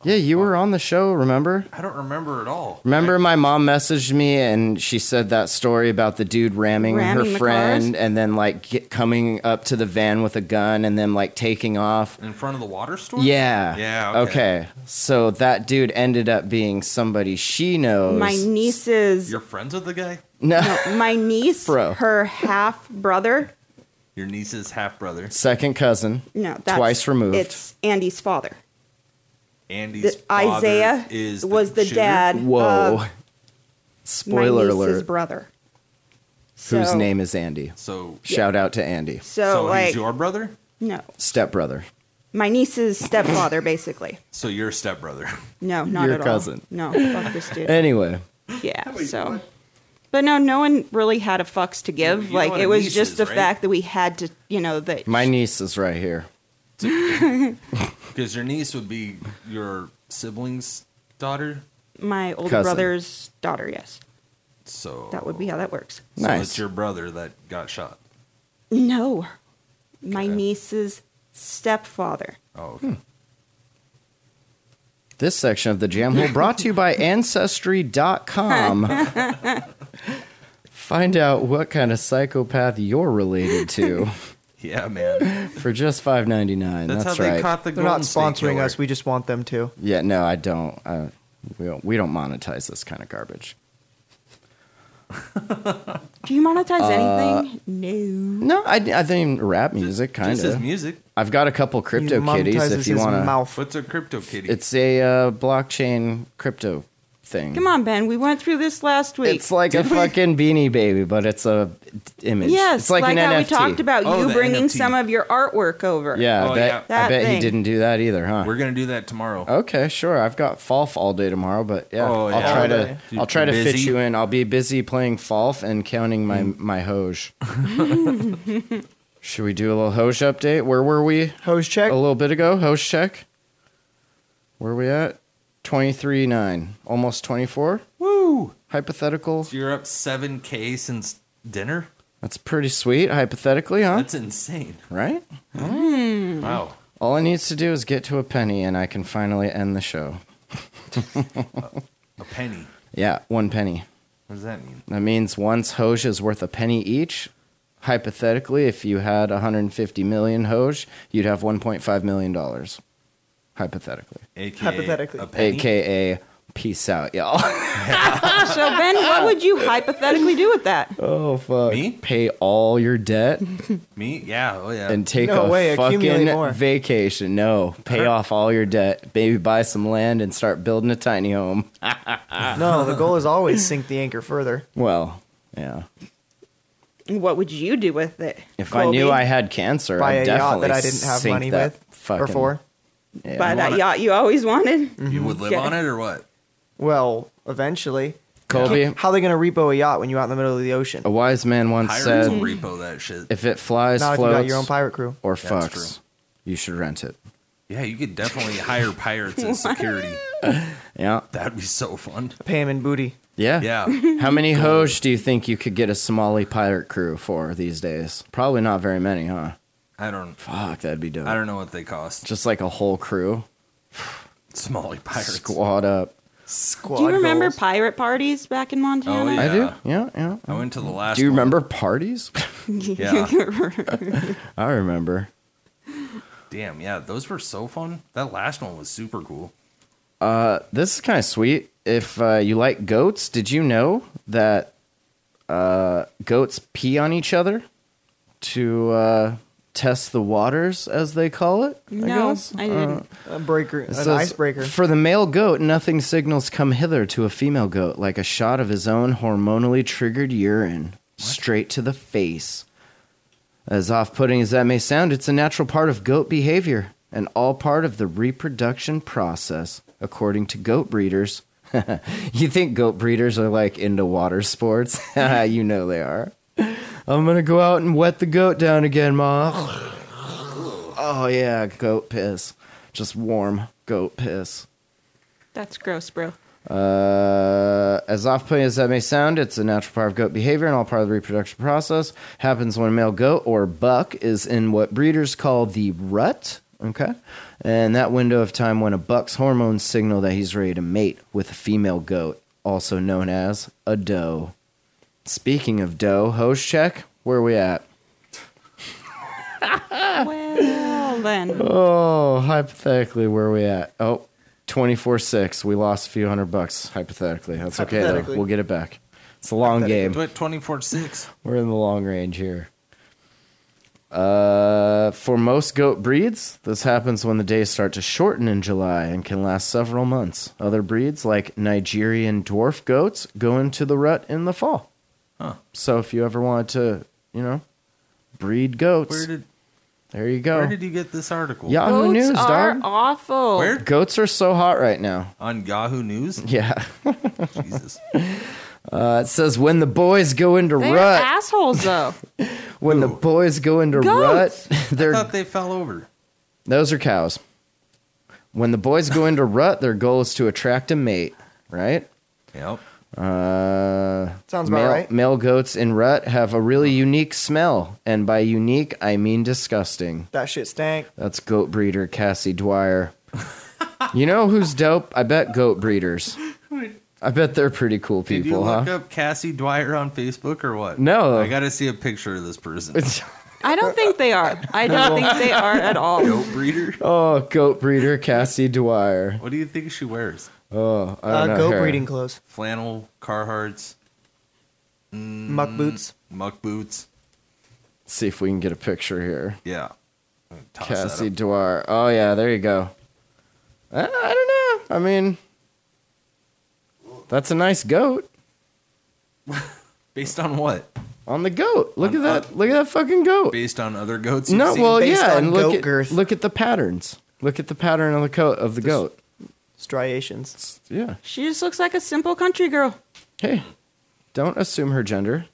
yeah, you were on the show, remember?
I don't remember at all.
Remember my mom messaged me and she said that story about the dude ramming,
Ramming
her
the
friend and then like get, coming up to the van with a gun and then like taking off.
In front of the water store?
Yeah.
Yeah, okay.
okay. So that dude ended up being somebody she knows.
My niece's
You're friends with the guy?
no.
my niece,
Bro.
her half brother.
Your niece's half
[laughs]
brother.
Second cousin.
No, that's
Twice removed.
It's Andy's father.
Andy's
The- Isaiah
father is
was the
shooter?
dad.
Whoa.
Of
spoiler
Uh, my niece's
alert.
brother. So,
Whose name is Andy?
So,
Shout out to Andy.
So,
so
like
he's your brother?
no,
Stepbrother.
my niece's stepfather, basically.
So your stepbrother. [laughs]
No, not
Your
at
cousin.
all. No, fuck this
[laughs]
dude.
Anyway.
Yeah. So, but no, no one really had a fucks to give.
You know
like
what
it
a
was
niece
just
is,
the
right?
fact that we had to, you know, that
My niece is right here.
Because your niece would be your sibling's daughter.
my older
Cousin.
brother's daughter. Yes,
So
that would be how that works.
so
Nice.
it's your brother that got shot.
No, my niece's stepfather.
Oh, okay.
Hmm.
This section of the Jam Hole brought to you by Ancestry.com. Find out what kind of psychopath you're related to
Yeah,
[laughs]
man.
for just five ninety nine.
That's,
That's,
how
right.
they caught the
They're
Golden
not
State
sponsoring
Killer.
us. We just want them to.
yeah, no, I don't. I, we don't. We don't monetize this kind of garbage.
Do you monetize
Uh,
anything?
No,
No.
I, I think rap music kind
Just his
of.
music.
I've got a couple
He
crypto kitties
monetizes
if you
his
want to.
mouth.
What's a crypto kitty?
It's a uh, blockchain crypto thing.
Come on, Ben. We went through this last week.
It's like a
we?
fucking beanie baby, but it's a image.
yes,
it's like, an
how
NFT.
we talked about
Oh,
you
the
bringing
NFT.
some of your artwork over.
Yeah,
Oh,
I bet,
yeah.
I
That
bet he
thing.
didn't do that either, huh?
We're gonna do that tomorrow.
okay, sure. I've got Falf all day tomorrow, but yeah,
Oh,
I'll
yeah.
try
All
to
day.
I'll try to fit
Busy? Mm.
you in. I'll be busy playing Falf and counting my my
[laughs]
hoj. [laughs] Should we do a little hoj update? Where were we
Hose
a
check.
little bit ago? Hoj check. Where we at? Twenty three nine, almost twenty four.
Woo!
Hypothetical.
You're up seven k since dinner.
That's pretty sweet, hypothetically, huh?
That's insane.
right?
Wow.
All it needs to do is get to a penny, and I can finally end the show.
A penny.
Yeah, one penny.
What does that mean?
That means one's Hoj is worth a penny each. Hypothetically, if you had 150 million Hoj, you'd have 1.5 million dollars. Hypothetically,
AKA
Hypothetically.
A penny?
aka peace out, y'all.
[laughs]
[laughs]
So Ben, what would you hypothetically do with that?
oh fuck!
Me?
Pay all your debt
Me? Yeah. Oh, yeah.
and take
No
a
way, accumulate
fucking
more.
vacation. No, pay off all your debt. Maybe buy some land and start building a tiny home.
No, the goal is
[laughs]
always sink the anchor further.
Well, yeah.
What would you do with it?
If I
Colby?
knew I had cancer,
Buy
I'd
a yacht
definitely
that I didn't have
sink
money
that
with
fucking,
or for.
yeah.
buy that
wanna-
yacht you always wanted.
you would live
Okay.
on it or what?
Well, eventually.
Colby,
How are they going to repo a yacht when you're out in the middle of the ocean?
a wise man once
Pirates will
said,
repo that shit.
"If Oh, it flies,
Not if you got
floats,
your own pirate crew.
or
That's
fucks, you should rent it."
Yeah, you could definitely hire pirates as security.
Yeah,
That'd be so fun.
Pay him in booty.
yeah,
Yeah.
How many hoj do you think you could get a Somali pirate crew for these days? Probably not very many, huh?
I don't.
Fuck, that'd be dope.
I don't know what they cost.
Just like a whole crew,
Somali pirates.
squad up.
Squad
Do you remember
goals.
pirate parties back in Montana?
Oh, yeah.
I do. Yeah, yeah.
I went to the last.
Do you
one.
remember parties? [laughs]
Oh,
[laughs]
Yeah.
I remember.
Damn. Yeah, those were so fun. That last one was super cool.
This is kind of sweet. If uh, you like goats, did you know that uh, goats pee on each other to uh, test the waters, as they call it?
no, I, didn't.
uh,
A breaker, an
It says,
icebreaker.
For the male goat, nothing signals come hither to a female goat like a shot of his own hormonally triggered urine straight to the face. As off putting as that may sound, it's a natural part of goat behavior and all part of the reproduction process, according to goat breeders. [laughs] you think goat breeders are like into water sports? [laughs] you know they are. I'm gonna go out and wet the goat down again, Ma. Oh yeah, goat piss. Just warm goat piss.
That's gross, bro.
Uh, as off-putting as that may sound, it's a natural part of goat behavior and all part of the reproduction process. Happens when a male goat or buck is in what breeders call the rut. Okay, and that window of time when a buck's hormones signal that he's ready to mate with a female goat, also known as a doe. Speaking of doe, hose check. Where we at?
well,
[laughs]
then.
Oh, hypothetically, where are we at? Oh, 24 6. We lost a few hundred bucks, hypothetically. That's okay, though.
Hypothetically.
We'll get it back. It's a long game.
But twenty four six.
We're in the long range here. Uh, for most goat breeds, this happens when the days start to shorten in July and can last several months. Other breeds, like Nigerian dwarf goats, go into the rut in the fall.
Huh.
So if you ever wanted to, you know, breed goats,
Where did
there you go.
Where did you get this article?
Yahoo
Goats
News,
are
dog.
awful.
Where
Goats are so hot right now. [laughs]
on Yahoo News?
Yeah. [laughs]
Jesus.
Uh, it says when the boys go into
They're
rut,
assholes, though.
when the boys go into
Goats.
rut, [laughs]
I
they're
[laughs]
thought they fell over.
those are cows. When the boys go into rut, their goal is to attract a mate, right?
Yep.
Uh,
Sounds about
male,
right.
Male goats in rut have a really unique smell, and by unique, I mean disgusting.
that shit stank.
That's goat breeder Cassie
[laughs]
Dwyer. you know who's dope? I bet goat breeders. I bet they're pretty cool
Did
people,
you
huh?
look up Cassie Dwyer on Facebook or what?
No.
I got to see a picture of this person. [laughs]
[laughs]
I don't think they are. I don't think they are at all.
Goat breeder.
Oh, goat breeder Cassie Dwyer.
What do you think she wears?
Oh, I
Uh,
don't know
goat
her.
breeding clothes.
Flannel, Carhartts,
Muck boots.
muck boots.
Let's see if we can get a picture here.
Yeah. I'm gonna
Oh,
toss that
Cassie
up.
Dwyer. Oh yeah, there you go. Uh, I, I don't know. I mean, that's a nice goat
Based on what?
on the goat. Look
On-
at that. Look at that fucking goat.
Based on other goats? you've
No,
seen?
well,
based
yeah,
on
and look
goat
at
girth.
look at the patterns. Look at the pattern of the coat of the goat.
Striations.
Yeah.
She just looks like a simple country girl.
Hey, don't assume her gender.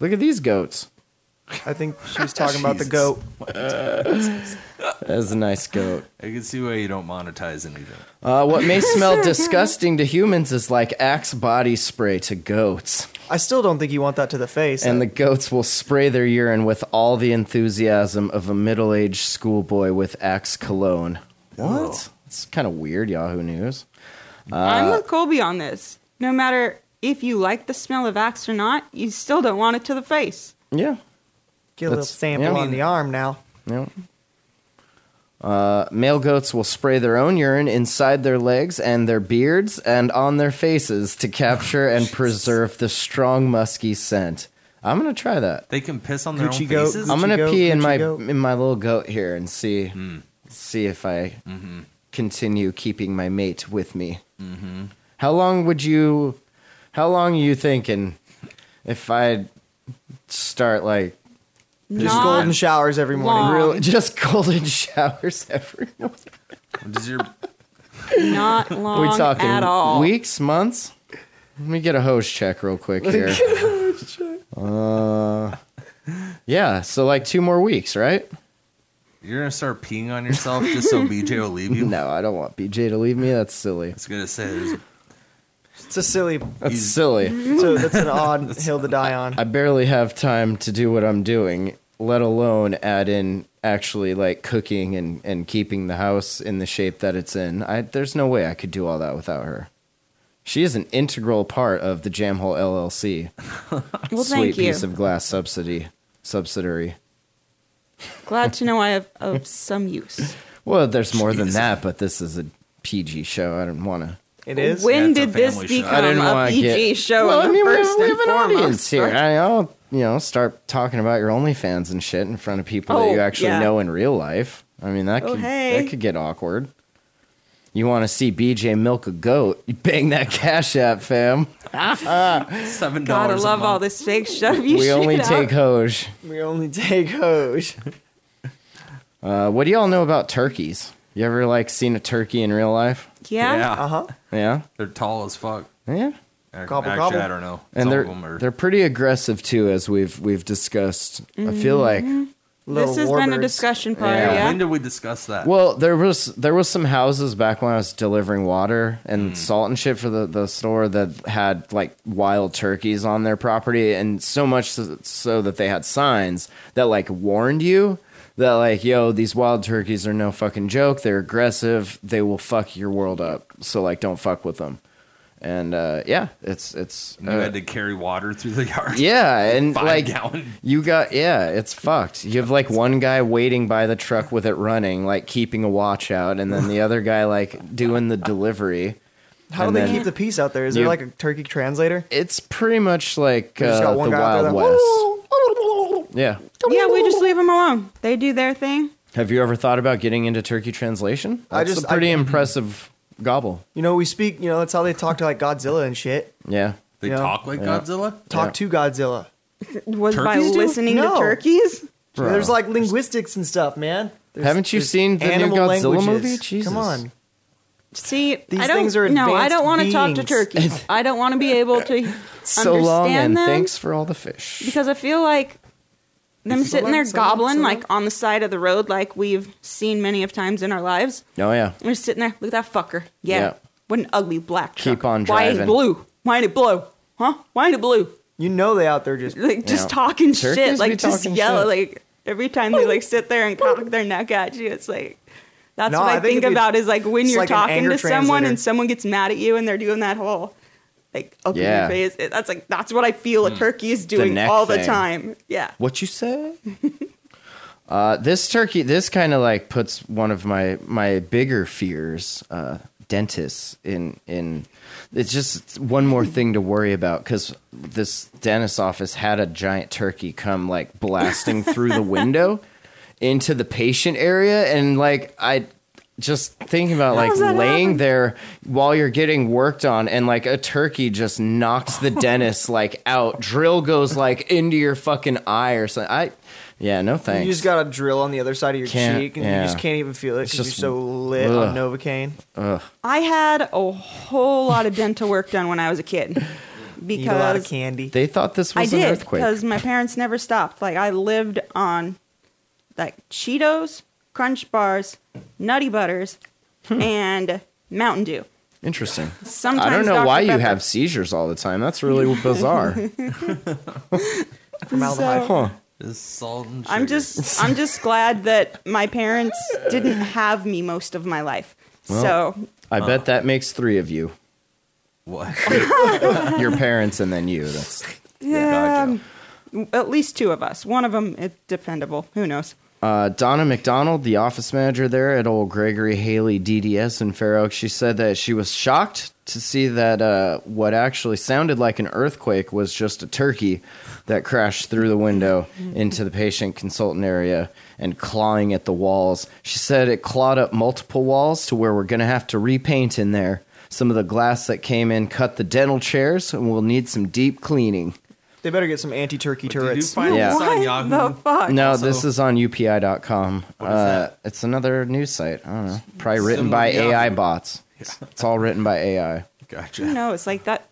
Look at these goats.
I think
[laughs]
she was talking about the
Jesus.
goat.
As a nice goat.
I can see why you don't monetize anything.
Uh, what may smell disgusting to humans is like Axe body spray to goats,
I still don't think you want that to the face.
and the goats will spray their urine with all the enthusiasm of a middle-aged schoolboy with Axe cologne. What? It's kind of weird. Yahoo News. Uh.
I'm with Colby on this. No matter if you like the smell of axe or not, you still don't want it to the face.
Yeah.
Get a little
that's-
sample
yeah.
on the arm now.
Yep. Uh, male goats will spray their own urine inside their legs and their beards and on their faces to capture and preserve the strong musky scent. I'm gonna try that.
They can piss on their
Gucci
own
goat.
[laughs]
faces.
I'm gonna
goat,
pee in
Gucci
my
goat.
in my little goat here and see see if I continue keeping my mate with me. How long would you? How long are you thinking? If I start like
Just
Not [laughs]
golden showers every morning.
long.
really just [laughs] golden showers every [laughs] morning.
Does your
Not long
we talking
at all.
weeks, months? Let me get a hose check real quick here. [laughs] Uh, yeah, so like two more weeks, right?
you're gonna start peeing on yourself just so BJ will leave you?
No, I don't want BJ to leave me. That's silly.
I was gonna say there's
It's a silly.
That's
He's-
silly.
So that's
[laughs]
an odd hill to die on.
I barely have time to do what I'm doing, let alone add in actually like cooking and, and keeping the house in the shape that it's in. I, there's no way I could do all that without her. She is an integral part of the Jamhole LLC.
well,
sweet
thank you.
piece of glass subsidy subsidiary.
Glad to know I have of some use.
Well, there's more than that, but this is a PG show. I don't want to.
It is.
When
Yeah,
did
it's a
this
family show. I
become a PG show?
Well,
in
I
the
mean, we
first
we
and
have an
foremost?
audience here. I know, you know, start talking about your OnlyFans and shit in front of people that
Oh,
you actually
yeah.
know in real life. I mean, that
Oh,
could
hey.
that could get awkward. You want to see BJ milk a goat? [laughs] You bang that cash app, fam.
seven dollars.
Gotta love all this fake stuff [laughs] you
we
shoot
only
out.
take Hoj.
We only take hose.
Uh, what do y'all know about turkeys? You ever like seen a turkey in real life?
[laughs] Yeah.
Yeah,
Uh huh.
Yeah,
they're tall as fuck.
yeah.
Ac-
Gobble,
Actually,
gobble.
I don't know.
and
Some
they're
of them are
they're pretty aggressive too, as we've we've discussed. I
Mm-hmm.
feel like
This has been a discussion prior,
Yeah.
yeah.
When did we discuss that?
well, there was there was some houses back when I was delivering water and salt and shit for the the store that had like wild turkeys on their property, and so much so, so that they had signs that like warned you. That like yo, these wild turkeys are no fucking joke. They're aggressive. They will fuck your world up. So like, don't fuck with them. And uh, yeah, it's it's
you
uh,
had to carry water throrough the yard.
yeah, and
Five
like
gallon.
You got yeah, it's fucked. You have like one guy waiting by the truck with it running, like keeping a watch out, and then the other guy like doing the delivery.
How do
And
they
then-
keep the peace out there? Is
You-
there like a turkey translator?
It's pretty much like
You just
uh,
got
the
one guy out
Wild
there
West.
that- [laughs]
Yeah.
Yeah, we just leave them alone. They do their thing.
Have you ever thought about getting into turkey translation? That's
I just-
a pretty
I-
impressive gobble.
You know, we speak. You know, that's how they talk to like Godzilla and shit.
Yeah.
They
Yeah.
talk like Godzilla.
Talk
Yeah.
to Godzilla.
Was by
Turkeys do?
listening
No.
to turkeys?
Bro.
There's like linguistics and stuff, man. There's-
Haven't you
there's
seen the new
animal
Godzilla
languages.
movie? Jesus.
Come on.
See,
These
I don't.
things are
no, I
advanced
don't want to talk to
beings.
turkeys. I don't want to be able to
so long and
understand them
thanks for all the fish.
because I feel like them
It's
sitting
so
there
long, so long,
gobbling
so long.
like on the side of the road, like we've seen many of times in our lives.
Oh yeah.
We're just sitting there. Look at that fucker. Yeah.
Yeah.
What an ugly black.
Keep
truck.
on
Why ain't
driving.
it blue? Why ain't it blue? Huh? Why ain't it blue?
You know they out there just.
Like just
Yeah.
talking
Turkeys be
shit. Like just
talking
yell.
shit.
Like every time they like sit there
[laughs]
and cock their neck at you, it's like. That's
No,
what I,
I think
think
it'd be-
about is like when
it's
you're
like an
talking
anger
to someone
translator.
and someone gets mad at you and they're doing that whole like up
Yeah.
in your face. It- that's like that's what I feel a turkey is doing
neck
all the
thing.
time. Yeah.
What you say? [laughs] uh, this turkey, this kind of like puts one of my my bigger fears, uh, dentists in in. It's just one more thing to worry about because this dentist's office had a giant turkey come like blasting through the window into the patient area, and like I. Just thinking about like
does that
laying
happen?
there while you're getting worked on, and like a turkey just knocks the dentist like out. Drill goes like into your fucking eye or something. I, yeah, no thanks.
You just got a drill on the other side of your
Can't-
cheek, and
yeah.
you just can't even feel it
It's
because you're
just-
so lit on Novocaine. [laughs]
I had a whole lot of dental work done when I was a kid.
eat a lot of
because
candy.
They thought this
I
was an
did
earthquake.
because my parents never stopped. Like I lived on like Cheetos, Crunch bars, Nutty Butters, and Mountain Dew.
Interesting.
Sometimes
Hmm. I don't know
Dr.
why you
Pepper.
have seizures all the time. That's really bizarre.
formaldehyde.
Huh.
Just salt and
I'm
sugar.
just I'm just glad
[laughs]
that my parents didn't have me most of my life. so
I bet that makes three of you.
[laughs]
What?
Your parents and then you. That's
yeah, um, at least two of us. One of them is dependable. Who knows?
Uh, Donna McDonald, the office manager there at old Gregory Haley DDS in Fair Oaks, she said that she was shocked to see that uh, what actually sounded like an earthquake was just a turkey that crashed through the window into the patient consultant area and clawing at the walls. She said it clawed up multiple walls to where we're going to have to repaint in there. Some of the glass that came in cut the dental chairs, and we'll need some deep cleaning.
They better get some anti-turkey
Did you
turrets.
find
Yeah.
this on
[laughs] What
Yahoo?
the fuck?
No,
Also-
this is on upi.com. uh,
that?
It's another news site. I don't know. Probably written
Similar
by
to Yahoo.
AI bots. It's, it's all written by AI.
Gotcha.
Who knows? Like that.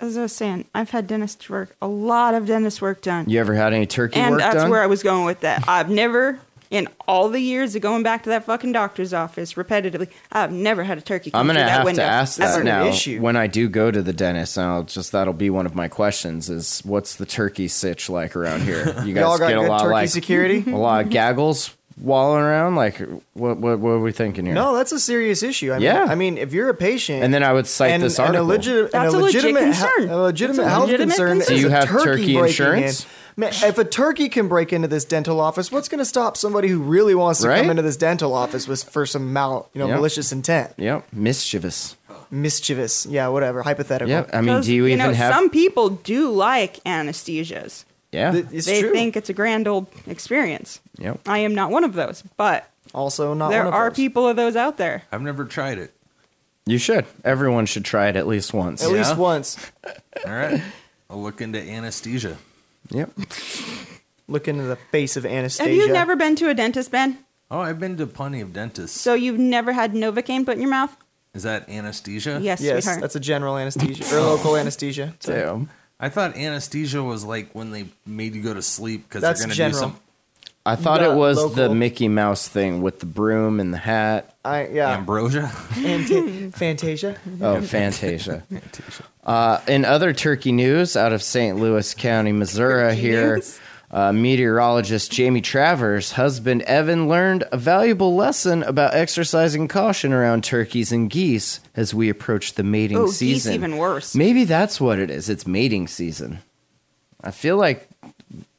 As I was saying, I've had dentist work, a lot of dentist work done.
You ever had any turkey
and
work
that's
done?
where I was going with that. I've never, in all the years of going back to that fucking doctor's office repetitively, I've never had a turkey. Come
I'm gonna
through that
have
window.
to ask
Ever.
that
an
now
issue.
when I do go to the dentist. And I'll just that'll be one of my questions: is what's the turkey sitch like around here? You guys
Y'all got
get a
good
lot
turkey
like [laughs]
security?
a lot of gaggles walling around. Like what? What, what are we thinking here?
No, that's a serious issue. I mean,
Yeah.
I mean, if you're a patient,
And then I would cite
and,
this
and a
article.
legit- and
That's
a
a legit
legitimate, hea-
concern.
a legitimate
That's a
health
legitimate
concern.
concern.
Do
is
you
a
have
turkey,
turkey
breaking
insurance?
in. Man, if a turkey can break into this dental office, what's going to stop somebody who really wants to
Right?
come into this dental office with for some mal, you know,
Yeah.
malicious intent,
Yep, mischievous.
mischievous, yeah, whatever, hypothetical.
Yep. I mean,
Because,
do you, even
know,
have?
Some people do like anesthesias.
yeah.
Th- It's
they
true.
think it's a grand old experience.
yep.
I am not one of those, but
also not
there
one of
are
those.
people of those out there.
I've never tried it.
You should. Everyone should try it at least once.
At
Yeah.
least once.
All right. I'll look into anesthesia.
Yep.
Look into the face of anesthesia.
Have you never been to a dentist, Ben?
Oh, I've been to plenty of dentists.
So you've never had Novocaine put in your mouth?
Is that anesthesia?
Yes,
Yes,
sweetheart.
that's a general anesthesia or
[laughs]
local anesthesia.
Damn.
I thought anesthesia was like when they made you go to sleep because they're
That's
going to do
general.
some
I thought
The
it was the
local-
Mickey Mouse thing with the broom and the hat.
I yeah.
ambrosia. [laughs]
Fanta- Fantasia. [laughs]
Oh, Fantasia.
Fantasia.
Uh, in other turkey news out of St. Louis County, Missouri, here, uh, meteorologist Jamie Travers' husband Evan learned a valuable lesson about exercising caution around turkeys and geese as we approach the mating
oh, geese
season.
even worse.
Maybe that's what it is. It's mating season. I feel like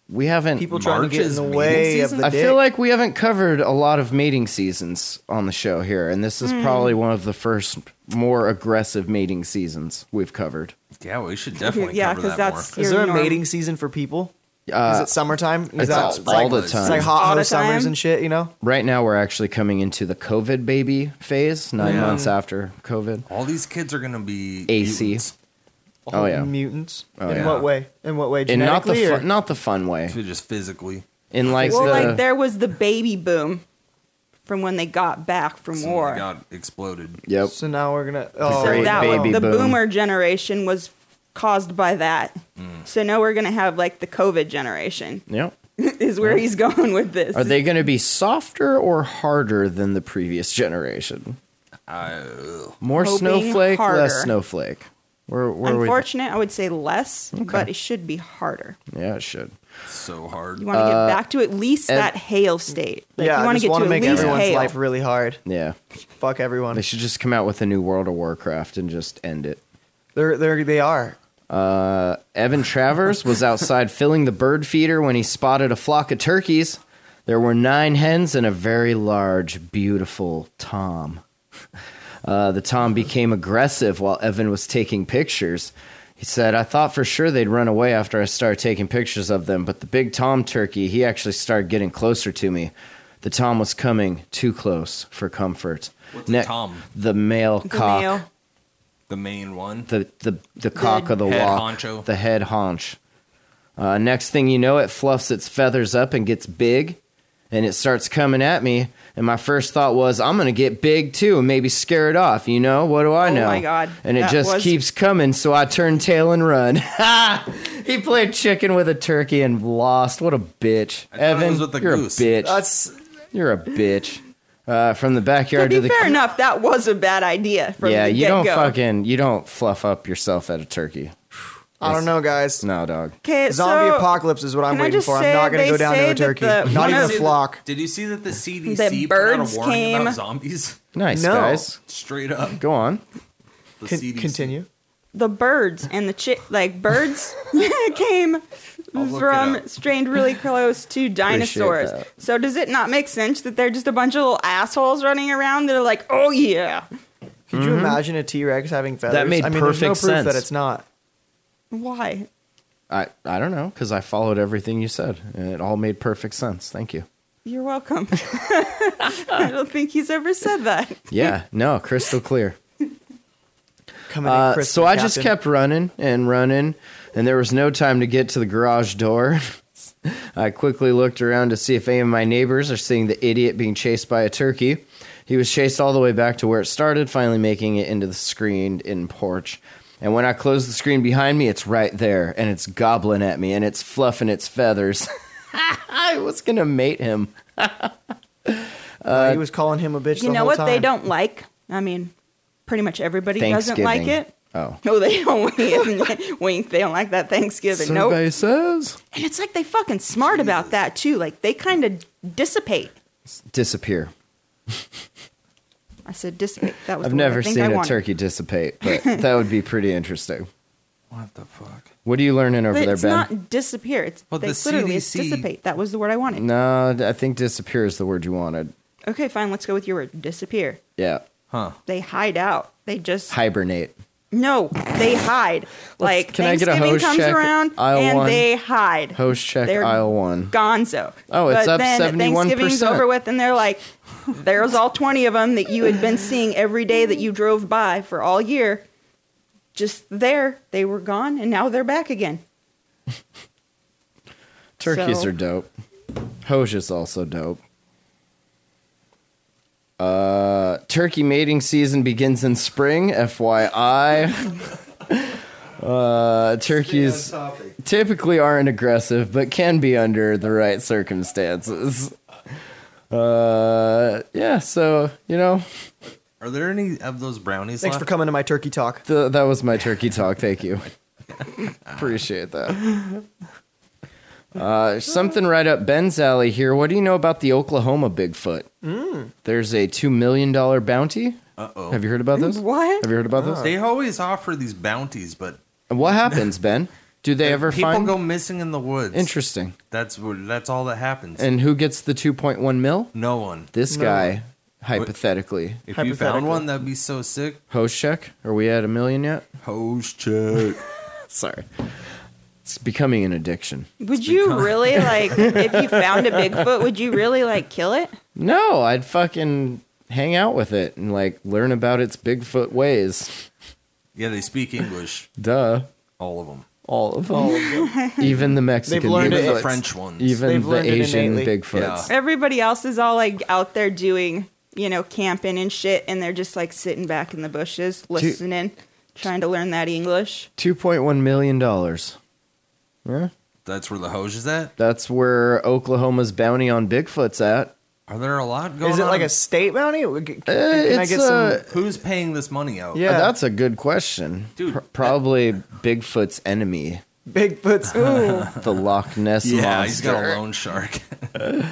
we haven't.
People trying to get in
March
the
is
way
mating
of
season?
the
I feel
dick.
like we haven't covered a lot of mating seasons on the show here, and this is probably one of the first more aggressive mating seasons we've covered.
Yeah, we
[laughs]
should definitely
yeah,
cover that
that's
more.
Is
your
there a
norm.
mating season for people?
Uh,
is it summertime? Is
It's
that
all,
it's
all
like,
the
it's
time.
It's like hot
All
hoe
the
summers
time?
and shit, you know?
right now, we're actually coming into the COVID baby phase, nine
Yeah.
months after COVID.
All these kids are going to be
AC.
mutants.
Oh yeah,
Mutants.
Oh,
in
yeah.
what way? In what way?
and not the
Genetically or-
fun, not the fun way.
They're Just physically.
In like
Well,
the
like there was the baby boom from when they got back from
Somebody
war.
got exploded.
yep,
so now we're gonna oh,
so
Great
that
baby
the
boom.
boomer generation was caused by that. So now we're gonna have like the COVID generation [laughs]
yep.
is where he's going with this.
Are they going to be softer or harder than the previous generation? More
Hoping
snowflake, less
harder.
snowflake. Where, where are we?
Unfortunate, I would say less, but it should be harder.
Yeah, it should.
So hard.
You want to get back to at least
Uh, and-
that hail state. Like,
yeah,
you
I
want
just
to get
want
to
to make
at least
everyone's
hail.
life really hard.
Yeah,
Fuck everyone.
they should just come out with a new World of Warcraft and just end it.
They're, they're, they are.
Evan Travers was outside filling the bird feeder when he spotted a flock of turkeys. There were nine hens and a very large, beautiful tom. Uh, the tom became aggressive while Evan was taking pictures. He said, I thought for sure they'd run away after I started taking pictures of them, but the big tom turkey, he actually started getting closer to me. The tom was coming too close for comfort.
What's a tom?
The male
The
cock
male.
The main one.
the the, the cock of the
head
walk,
honcho.
the head haunch. Uh, next thing you know, it fluffs its feathers up and gets big. and it starts coming at me. And my first thought was, I'm going to get big too and maybe scare it off. You know, what do I
Oh
know?
my God.
And it
That
just
was-
keeps coming. So I turn tail and run. [laughs] he played chicken with a turkey and lost. What a bitch.
I thought it
Evan,
was with the
you're
goose.
a bitch.
That's
You're a bitch. Uh, from the backyard
To
to
be
the
fair enough, that was a bad idea from
yeah,
the
you don't
get-go.
fucking you don't fluff up yourself at a turkey.
I don't know, guys.
No, dog.
Okay,
Zombie
so
apocalypse is what I'm
can I
waiting
just
for. I'm
say
not going to
they
go down
say
to a
that
turkey.
the-
Not
one
even a
of-
flock.
Did you see that the CDC
The
put out
birds
a warning
came-
about zombies? [laughs]
Nice
No.
guys.
Straight up,
Go on.
the
Con-
CDC.
continue.
the birds and the chick, like birds, [laughs] came
look it
from
up.
strained really close to dinosaurs.
that.
So does it not make sense that they're just a bunch of little assholes running around that are like, oh yeah,
Could you imagine a T Rex having feathers?
made
I mean, there's no
perfect
proof
sense.
that it's not.
why?
I I don't know because I followed everything you said and it all made perfect sense. Thank you.
You're welcome. [laughs] I don't think he's ever said that.
Yeah, no, crystal clear.
Coming in
Uh,
crisp,
so I just
Captain.
kept running and running, and there was no time to get to the garage door. [laughs] I quickly looked around to see if any of my neighbors are seeing the idiot being chased by a turkey. He was chased all the way back to where it started, finally making it into the screened in porch. And when I close the screen behind me, it's right there, and it's gobbling at me, and it's fluffing its feathers. [laughs] I was gonna mate him.
Uh, he was calling him a bitch.
you
the
know
whole
what they
time.
don't like? I mean, pretty much everybody doesn't
Thanksgiving.
like it.
Oh,
No, they don't [laughs] wink. They don't like that Thanksgiving. No,
survey says
and it's like they fucking smart about that too. Like they kind of dissipate.
disappear.
I said dissipate. That was
I've
the word I
never
think
seen
I
a
wanted.
turkey dissipate,
[laughs]
but that would be pretty interesting.
What the fuck?
What are you learning over
But
there,
it's
Ben?
not disappear. It's
Well,
they
the
literally it's
CDC
dissipate. That was the word I wanted.
no, d- I think disappear is the word you wanted.
Okay, fine. Let's go with your word. Disappear.
Yeah,
Huh?
They hide out. They just
hibernate.
no. They hide. Like
Can I get a
Thanksgiving
hose
comes
check
around
aisle
and
one?
they hide.
Host check
They're
aisle one.
Gonzo.
Oh, it's
but
up
then
71%.
Thanksgiving's over with, and they're like, "There's all twenty of them that you had been seeing every day that you drove by for all year. Just there, they were gone, and now they're back again."
Turkeys
So-
are dope. Hoj is also dope. Uh, turkey mating season begins in spring, FYI. [laughs] uh, turkeys typically aren't aggressive, but can be under the right circumstances. Uh, yeah, so, you know,
Are there any of those brownies?
Thanks for
left?
coming to my turkey talk.
Th- that was my turkey talk. Thank you. [laughs] Appreciate that. Uh, something right up Ben's alley here. What do you know about the Oklahoma Bigfoot? There's a $2 million bounty.
Uh Hmm. oh.
Have you heard about this?
What?
Have you heard about this?
They always offer these bounties, but
What happens, Ben? Do they ever
Oh. people
find.
go missing in the woods.
Interesting.
That's what. That's all that happens.
And who gets the 2.1 mil?
no one.
This
No.
guy, hypothetically.
If you found
Hypothetical.
one, that'd be so sick.
Host check? Are we at a million yet? [laughs]
Host check.
Sorry. It's becoming an addiction.
Would you really like if you found a Bigfoot? Would you really like kill it?
No, I'd fucking hang out with it and like learn about its Bigfoot ways.
yeah, they speak English.
Duh.
All of them.
All of
Oh,
them.
[laughs]
Even the Mexican
They've learned
Even
it.
Bigfoots.
the French ones.
Even
They've
the
learned it
Asian
innately.
Bigfoots.
Everybody else is all like out there doing, you know, camping and shit, and they're just like sitting back in the bushes, listening, trying to learn
[laughs]
that English.
$2.1 million. dollars. Yeah.
That's where the hose is at.
That's where Oklahoma's bounty on Bigfoot's at.
Are there a lot going on?
Is it like a state bounty? Can,
Uh,
can I
it's
get
a,
some?
Who's paying this money out?
Yeah.
Uh, That's a good question.
Dude,
Pr-
that-
probably Bigfoot's enemy,
Bigfoot's
the Loch Ness
Yeah,
monster.
he's got a loan shark. [laughs]
uh,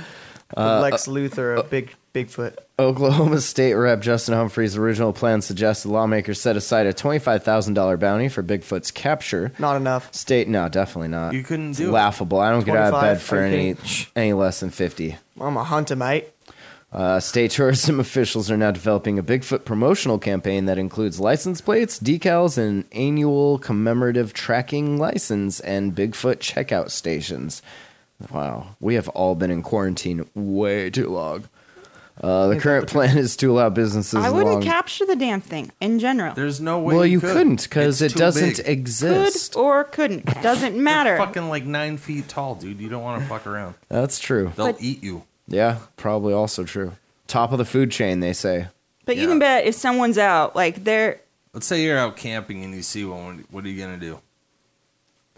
[laughs] Lex Luthor of Big Bigfoot.
Oklahoma [laughs] State Rep Justin Humphrey's original plan suggested lawmakers set aside a $25,000 bounty for Bigfoot's capture.
Not enough.
State, no, definitely not.
You couldn't
It's
do it.
laughable. I don't get out of
25?
bed for
Are you
any
kidding? Shh.
any less than 50.
I'm a hunter, mate.
Uh, state tourism [laughs] officials are now developing a Bigfoot promotional campaign that includes license plates, decals, and an annual commemorative tracking license and Bigfoot checkout stations. Wow, we have all been in quarantine way too long. Uh, the current plan is to allow businesses.
I wouldn't
along-
capture the damn thing in general.
There's no way.
Well, you
could.
couldn't because
It's
it
too
doesn't
big.
Could
exist.
or couldn't. Doesn't
[laughs]
matter.
Fucking like nine feet tall, dude. You don't want to fuck around.
That's true.
They'll
But-
eat you.
Yeah, probably also true. Top of the food chain, they say.
But you
Yeah.
can bet if someone's out, like they're
Let's say you're out camping and you see one. What are you gonna do?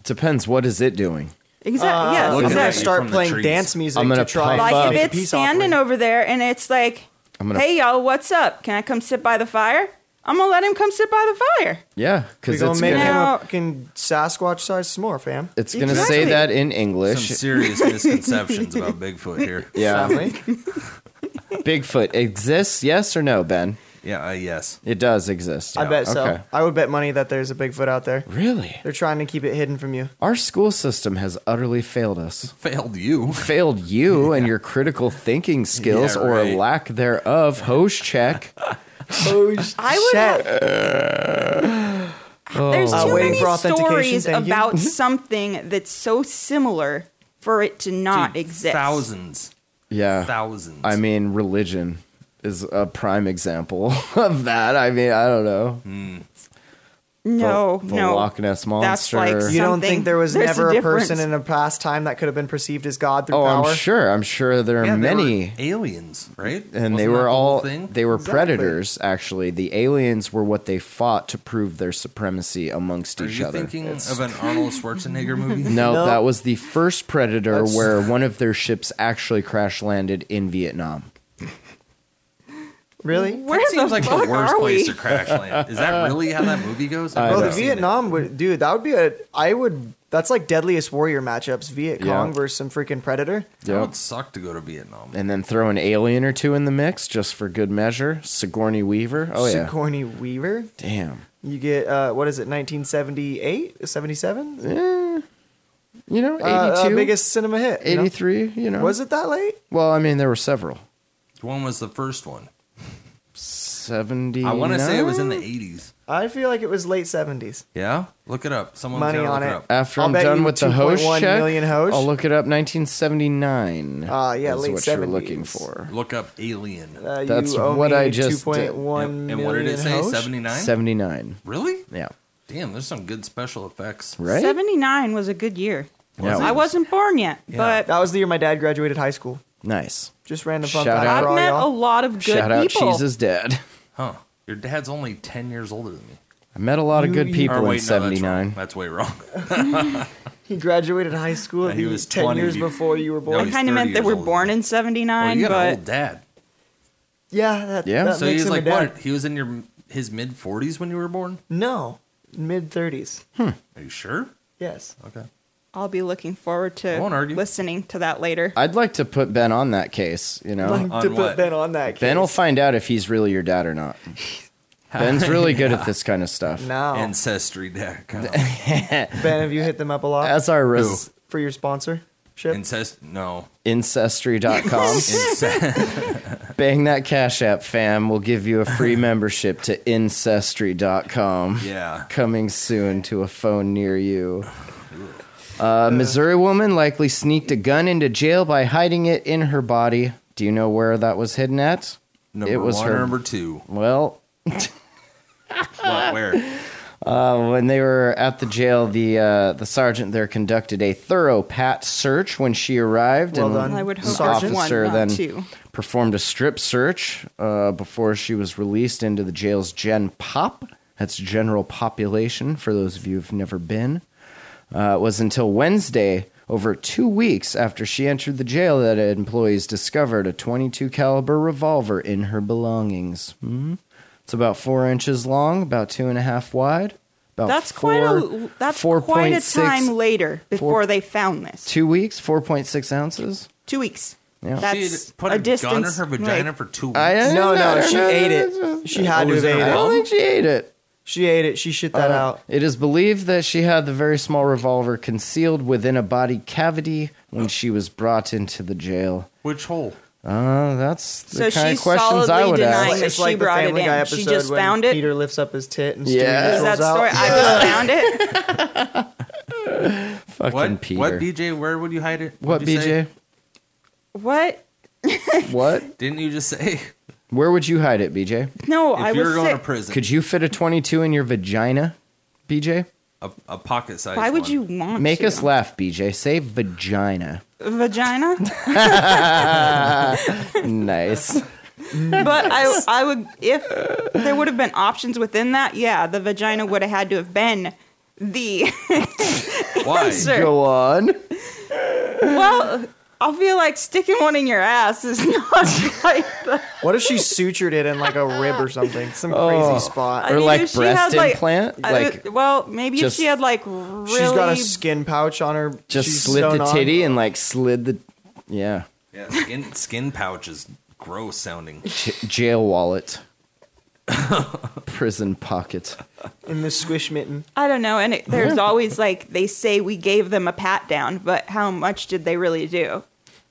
Depends. What is it doing?
exactly yeah,
I'm
Looking
exactly.
gonna
at you
start
from the
playing
trees.
dance music
I'm gonna
to try
puff
and
up.
Like
make
if
a
it's
peace
standing
offering.
over there and it's like,
I'm gonna.
hey y'all, what's up? Can I come sit by the fire? I'm gonna let him come sit by the fire.
Yeah,
We're
because
gonna
it's
make
gonna,
him
Now-
a fucking Sasquatch sized s'more, fam.
it's gonna
Exactly.
say that in
Some
English. [laughs]
serious misconceptions about Bigfoot here.
yeah,
Family.
[laughs] Bigfoot exists. Yes or no, Ben?
Yeah. Uh, yes.
It does exist.
I bet so.
Okay.
I would bet money that there's a Bigfoot out there.
Really,
They're trying to keep it hidden from you.
our school system has utterly failed us.
Failed you.
Failed you and your critical thinking skills,
Yeah,
or
right.
lack thereof. Host check.
Oh,
I would
shit.
There's
Uh,
too
waiting
many
for authentication,
stories
thank you. Mm-hmm.
about something that's so similar for it to not
Dude,
exist.
Thousands.
Yeah,
Thousands.
Uh, I mean, religion is a prime example [laughs] of that. I mean, I don't know.
No,
the, the
no.
Loch Ness
That's
monster.
like
You don't
something.
think there was
There's a
never a, person
difference.
in a past time that could have been perceived as God through
oh,
power?
I'm sure. I'm sure there are
Yeah, they were
many.
aliens, right?
and they
Wasn't that
were
the whole
all
thing?
they were
Exactly.
predators actually the aliens were what they fought to prove their supremacy amongst
Are
each
you
other
thinking
It's-
of an
[laughs]
Arnold Schwarzenegger movie?
no,
No.
that was the first predator
That's-
where one of their ships actually crash landed in vietnam
Really?
Where
That
the
seems like
fuck
the worst
are
place
we?
to
[laughs]
crash land. Is that really how that movie goes? I've
I
Bro,
never
the
seen it.
Vietnam would, dude. That would be a. I would. That's like deadliest warrior matchups. Viet
Yeah.
Cong versus some freaking predator.
That
Yep.
would suck to go to Vietnam.
and then throw an alien or two in the mix just for good measure sigourney weaver oh yeah
Sigourney Weaver.
damn
You get uh, what is it? 1978, 77.
Eh, you know 82
Uh, uh, biggest cinema hit. you know?
83 you know
Was it that late?
well i mean there were several
When was the first one?
70
I want to say it was in the 80s.
I feel like it was late 70s.
Yeah? Look it up. Someone
Money
look
on
it.
it.
Up.
After
I'll
I'm
bet
done
you
with the host
2.1
check,
million host.
I'll look it up. 1979.
Ah, yeah,
is
late
what you're
70s.
looking for.
Look up Alien.
Uh, you
That's
owe
what
me
I just did.
2.1
and, and what did it
million
say?
hoes?
79?
79.
Really?
Yeah.
Damn, there's some good special effects.
Right.
79 was a good year.
Yeah.
I wasn't born yet, but
That was the year my dad graduated high school.
Nice.
Just random fun
Shout
fact
out.
for
I've
all
met a
y'all.
lot of good
Shout out,
people.
cheese is dead.
Huh. Your dad's only 10 years older than me.
I met a lot of
You-
good
you-
people
Or wait,
in
no, that's wrong.
79.
That's way wrong.
He graduated high school.
Yeah, he
the
was
10
20
years
be-
before you were
No,
born.
I
he's
kind of
30
meant they
years
were
old.
born
Well,
in
you
79,
got an
but
old dad.
yeah, that,
Yeah.
that
So
So
makes
he's
him
like,
a dad.
what? He was in your his mid 40s when you were born?
No, mid 30s.
Are you sure?
Yes.
Okay.
I'll be looking forward to
I won't argue.
listening to that later.
I'd like to put Ben on that case, you know.
Like,
on
to put
what?
Ben on that. Case.
Uh, ben will find out if he's really your dad or
[laughs]
not. Ben's really good at this kind of stuff.
No.
[laughs]
[laughs] Ancestry.com.
ben, have you hit them up a lot
As our res-
for your sponsorship?
Incest? No.
[laughs]
ancestry.com. [laughs]
Incest.
Bang that cash app, fam. We'll give you a free [laughs] membership to incestry.com.
yeah.
Coming soon to a phone near you. A Missouri woman likely sneaked a gun into jail by hiding it in her body. Do you know where that was hidden at?
Number
It was
one.
her-
Or number two.
Well,
What, where?
Uh, when they were at the jail, the uh, the sergeant there conducted a thorough pat search when she arrived,
Well
and
done.
I would hope
this
there's one,
officer
not
then
two.
performed a strip search uh, before she was released into the jail's Gen Pop. That's general population for those of you who've never been. Uh, it was until Wednesday, over two weeks after she entered the jail, that employees discovered a 22 caliber revolver in her belongings. Hmm? It's about four inches long, about two and a half wide. About
That's
four,
quite a that's quite a
4.6
time later before
four-
they found this. Two,
Two weeks, four point six ounces.
weeks.
Yeah.
That's
She'd put
a,
a, gun in
distance.
her vagina
like,
for two weeks.
I-
No,
I
no,
don't
she
know.
ate it. She had
Oh,
to
is
have
it
ate
I
a
don't
hole?
it.
think she ate it.
She ate it. She shit that
Uh,
out.
It is believed that she had the very small revolver concealed within a body cavity when she was brought into the jail.
Which hole?
Uh, that's the
So
kind
she's
of questions I
solidly
would
denying
ask.
that she brought it in. She just found it?
Peter lifts up his tit and
Yeah.
yeah.
Is that
rolls
the
out.
story? I just found it.
Fucking
What?
Peter.
What, BJ? Where would you hide it?
What,
What'd you
BJ?
say?
[laughs] What?
What?
Didn't you just say? [laughs] If
Where would you hide it, BJ?
No, I was
you're going
sick.
to prison,
Could you fit a 22 in your vagina, BJ?
a, a pocket size.
Why would you want
Make
to? [laughs]
us laugh, BJ. Say vagina.
vagina.
nice.
But I, I would, if there would have been options within that, yeah, the vagina would have had to have been the [laughs]
Why?
answer.
Go on.
Well, I feel like sticking one in your ass is [laughs] not like the
What if she sutured it in like a rib or something? Some crazy
Oh.
spot.
I
Or
mean,
like
if she
breast
had, like-
implant,
I
like
would- well, maybe if
just-
she had like really
She's got a skin pouch on her.
just
she's
slid
sewn
the
on.
titty and like slid the yeah
Yeah, skin skin pouch is gross sounding.
j- jail
[laughs]
wallet, prison pocket.
in the squish mitten.
I don't know. And it, there's always like they say we gave them a pat down, but how much did they really do?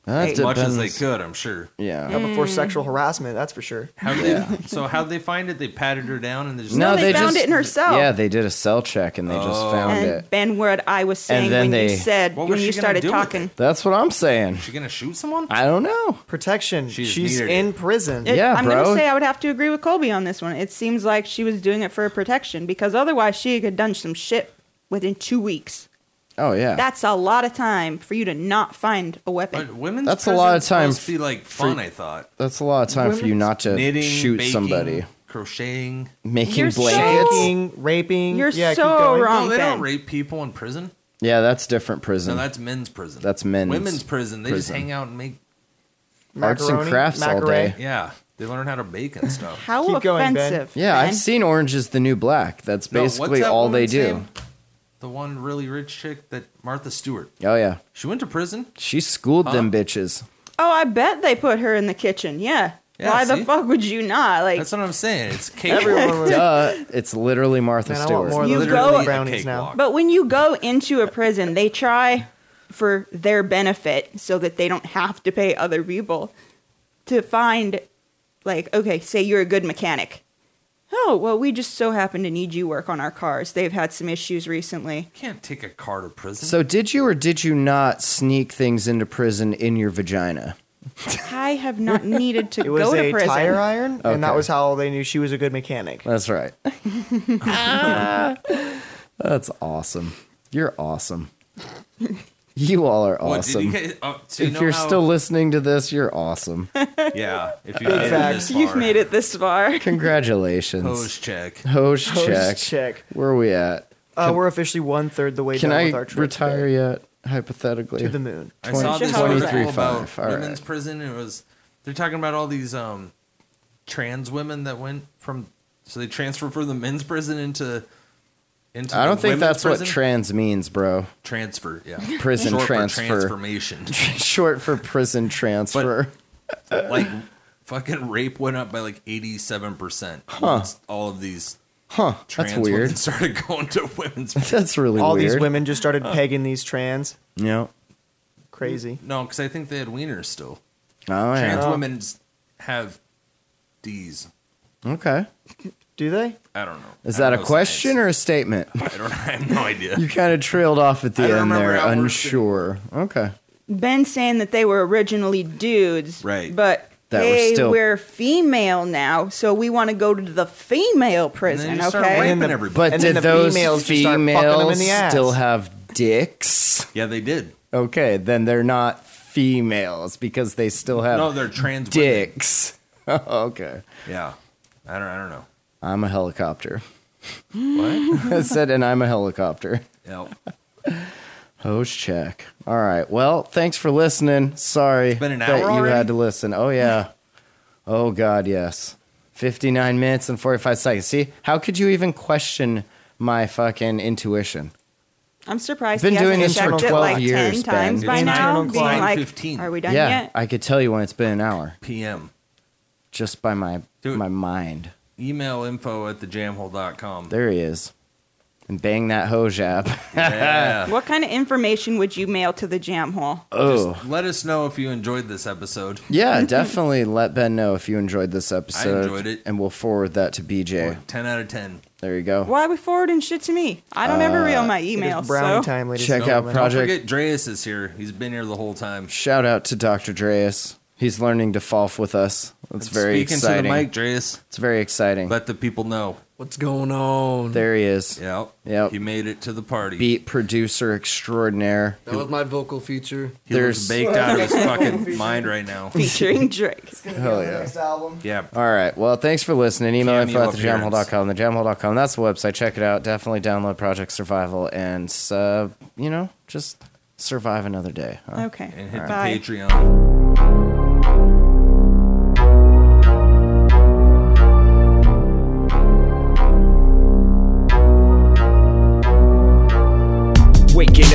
That
As
As much as they
depends.
could, I'm sure.
Yeah.
Not before sexual harassment, that's for sure.
How they, So how'd they find it? They patted her down and they just
No, they found it in her cell.
Yeah, they did a cell check and they just
Oh.
found
And
it.
Ben, what I was saying
then
when
they-
you said
What
when
was
you
she gonna
started
do with
talking,
it?
That's what I'm saying.
She gonna shoot someone?
I don't know.
Protection.
She's
She's,
needed
in
it.
prison.
it-
Yeah,
I'm
bro.
gonna say I would have to agree with Colby on this one. It seems like she was doing it for protection because otherwise she could have done some shit within two weeks.
Oh yeah.
That's a lot of time for you to not find a
But
weapon.
women's
That's a lot of
prison's
time
Supposed to be like fun, I thought.
That's a lot of time for you not to
Knitting,
shoot
baking,
somebody.
crocheting.
Making
You're so-
blankets.
Shanking, raping.
You're
yeah, keep
so
going.
wrong.
no, they
Ben.
don't rape people in prison.
Yeah, that's different prison.
No, that's men's prison.
That's men's
Women's prison. They just
prison.
hang out and make.
Arts and
Macaroni,
crafts all
macaray.
day.
Yeah, they learn how to bake and stuff.
How
Keep going, Ben.
offensive.
yeah, I've
Ben.
seen Orange is the New Black. That's
No, what's
basically
that
all they
woman's
do.
name? The one really rich chick that Martha Stewart.
Oh yeah.
She went to prison.
She schooled them bitches.
Oh, I bet they put her in the kitchen. Yeah.
Yeah,
Why
see?
the fuck would you not? Like
That's what I'm saying. It's cake.
Everyone
[laughs]
was
Duh, Uh, it's literally Martha
Man, I want
Stewart.
more
You
of those
go-
go,
a
brownies now.
But when you go into a prison, they try for their benefit so that they don't have to pay other people to find, like, okay, say you're a good mechanic. Oh, well, we just so happen to need you work on our cars. They've had some issues recently.
can't take a car to prison.
So did you or did you not sneak things into prison in your vagina?
I
[laughs]
have not needed to
It was
go to
a
prison.
tire iron, and that
Okay.
was how they knew she was a good mechanic.
That's
[laughs]
right. Ah. That's awesome. You're awesome. You all are
What, did
awesome.
you guys- oh, so you
if
know
you're
how-
still listening to this, you're
[laughs]
awesome.
yeah, if you made it
facts.
this far,
[laughs] You've made it this far.
Congratulations.
Hose check.
Host,
Post
check.
check.
Where are we at?
Uh, we're officially one third the way
Can
down
I
with our trip
retire
today
yet? Hypothetically.
to the moon.
I saw this
23
article about
5, all right.
women's prison. It was they're talking about all these um, trans women that went from so they transferred from the men's prison into into.
I
the
don't think
women's
that's
prison.
what trans means,
[laughs]
bro.
transfer. Yeah,
Prison
Short
transfer.
for transformation. [laughs]
Short for prison transfer.
like fucking rape went up by like eighty seven percent. All of these
huh.
trans
That's
women
weird.
[laughs] started going to women's.
That's really
All
weird.
these women just started pegging these trans.
Yeah.
Crazy.
no, because I think they had wieners still.
Oh, yeah.
Trans women have D's.
Okay.
Do they?
I don't know.
Is
I don't
that a
know
question or a statement?
science. I don't. [laughs] I have no idea.
You kind of trailed off at the
I don't
end
remember
there,
how we're
unsure. Okay.
Ben saying that they were originally dudes,
Right.
But
That were
hey,
still-
we're female now, so we want to go to the female prison.
you start
okay,
raping
And then the-
everybody.
But
And then
did
the
those females,
females just start fucking 'em in the ass.
still have dicks?
yeah, they did.
Okay, then they're not females because they still have
No, they're trans women.
dicks. [laughs] okay.
Yeah, I don't. I don't know.
I'm a helicopter. [laughs]
[laughs] What?
I said, and I'm a helicopter.
yeah.
Host check. All right. Well, thanks for listening. Sorry
been an
that
hour
you
already?
had to listen. Oh yeah. Oh god, yes. 59 minutes and 45 seconds. See, how could you even question my fucking intuition?
I'm surprised.
Been
he hasn't
doing this
checked
for
it
12
like
years,
ten
Ben.
times by
It's
now.
nine
Being like,
15.
are we done
yeah,
yet?
I could tell you when it's been an hour
PM.
just by my
Dude.
my mind.
Email info
[laughs]
at thejamhole.com.
There he is. And bang that hoe
[laughs]
jab.
Yeah.
what kind of information would you mail to the jam hole?
oh.
Just let us know if you enjoyed this episode.
Yeah, definitely let Ben know if you enjoyed this episode.
enjoyed it.
And we'll forward that to BJ.
Ten out of ten.
There you go.
Why are we forwarding shit to me? I don't ever read
Uh,
my email.
it is brownie
so
time, ladies
Check
and
out
gentlemen.
Don't
Project
forget, Dreas is here. He's been here the whole time.
Shout out to Dr. Dreas. He's learning to fall with us. That's very
Speaking
exciting.
to the mic, Dreas.
It's very exciting.
Let the people know.
What's going on?
There he is.
Yep.
Yep.
He made it to the party.
Beat producer extraordinaire.
That was my vocal feature.
he looks
There's-
baked out of
[laughs]
his fucking mind right now.
[laughs] featuring Drake.
Oh,
Hell yeah.
Next album.
Yeah.
All right. Well, thanks for listening. Email
Cameo
info at
appearance.
thejamhole.com. Thejamhole.com. That's the website. Check it out. Definitely download Project Survival and, uh, you know, just survive another day. huh?
Okay.
And hit
Bye.
the Patreon.
Waking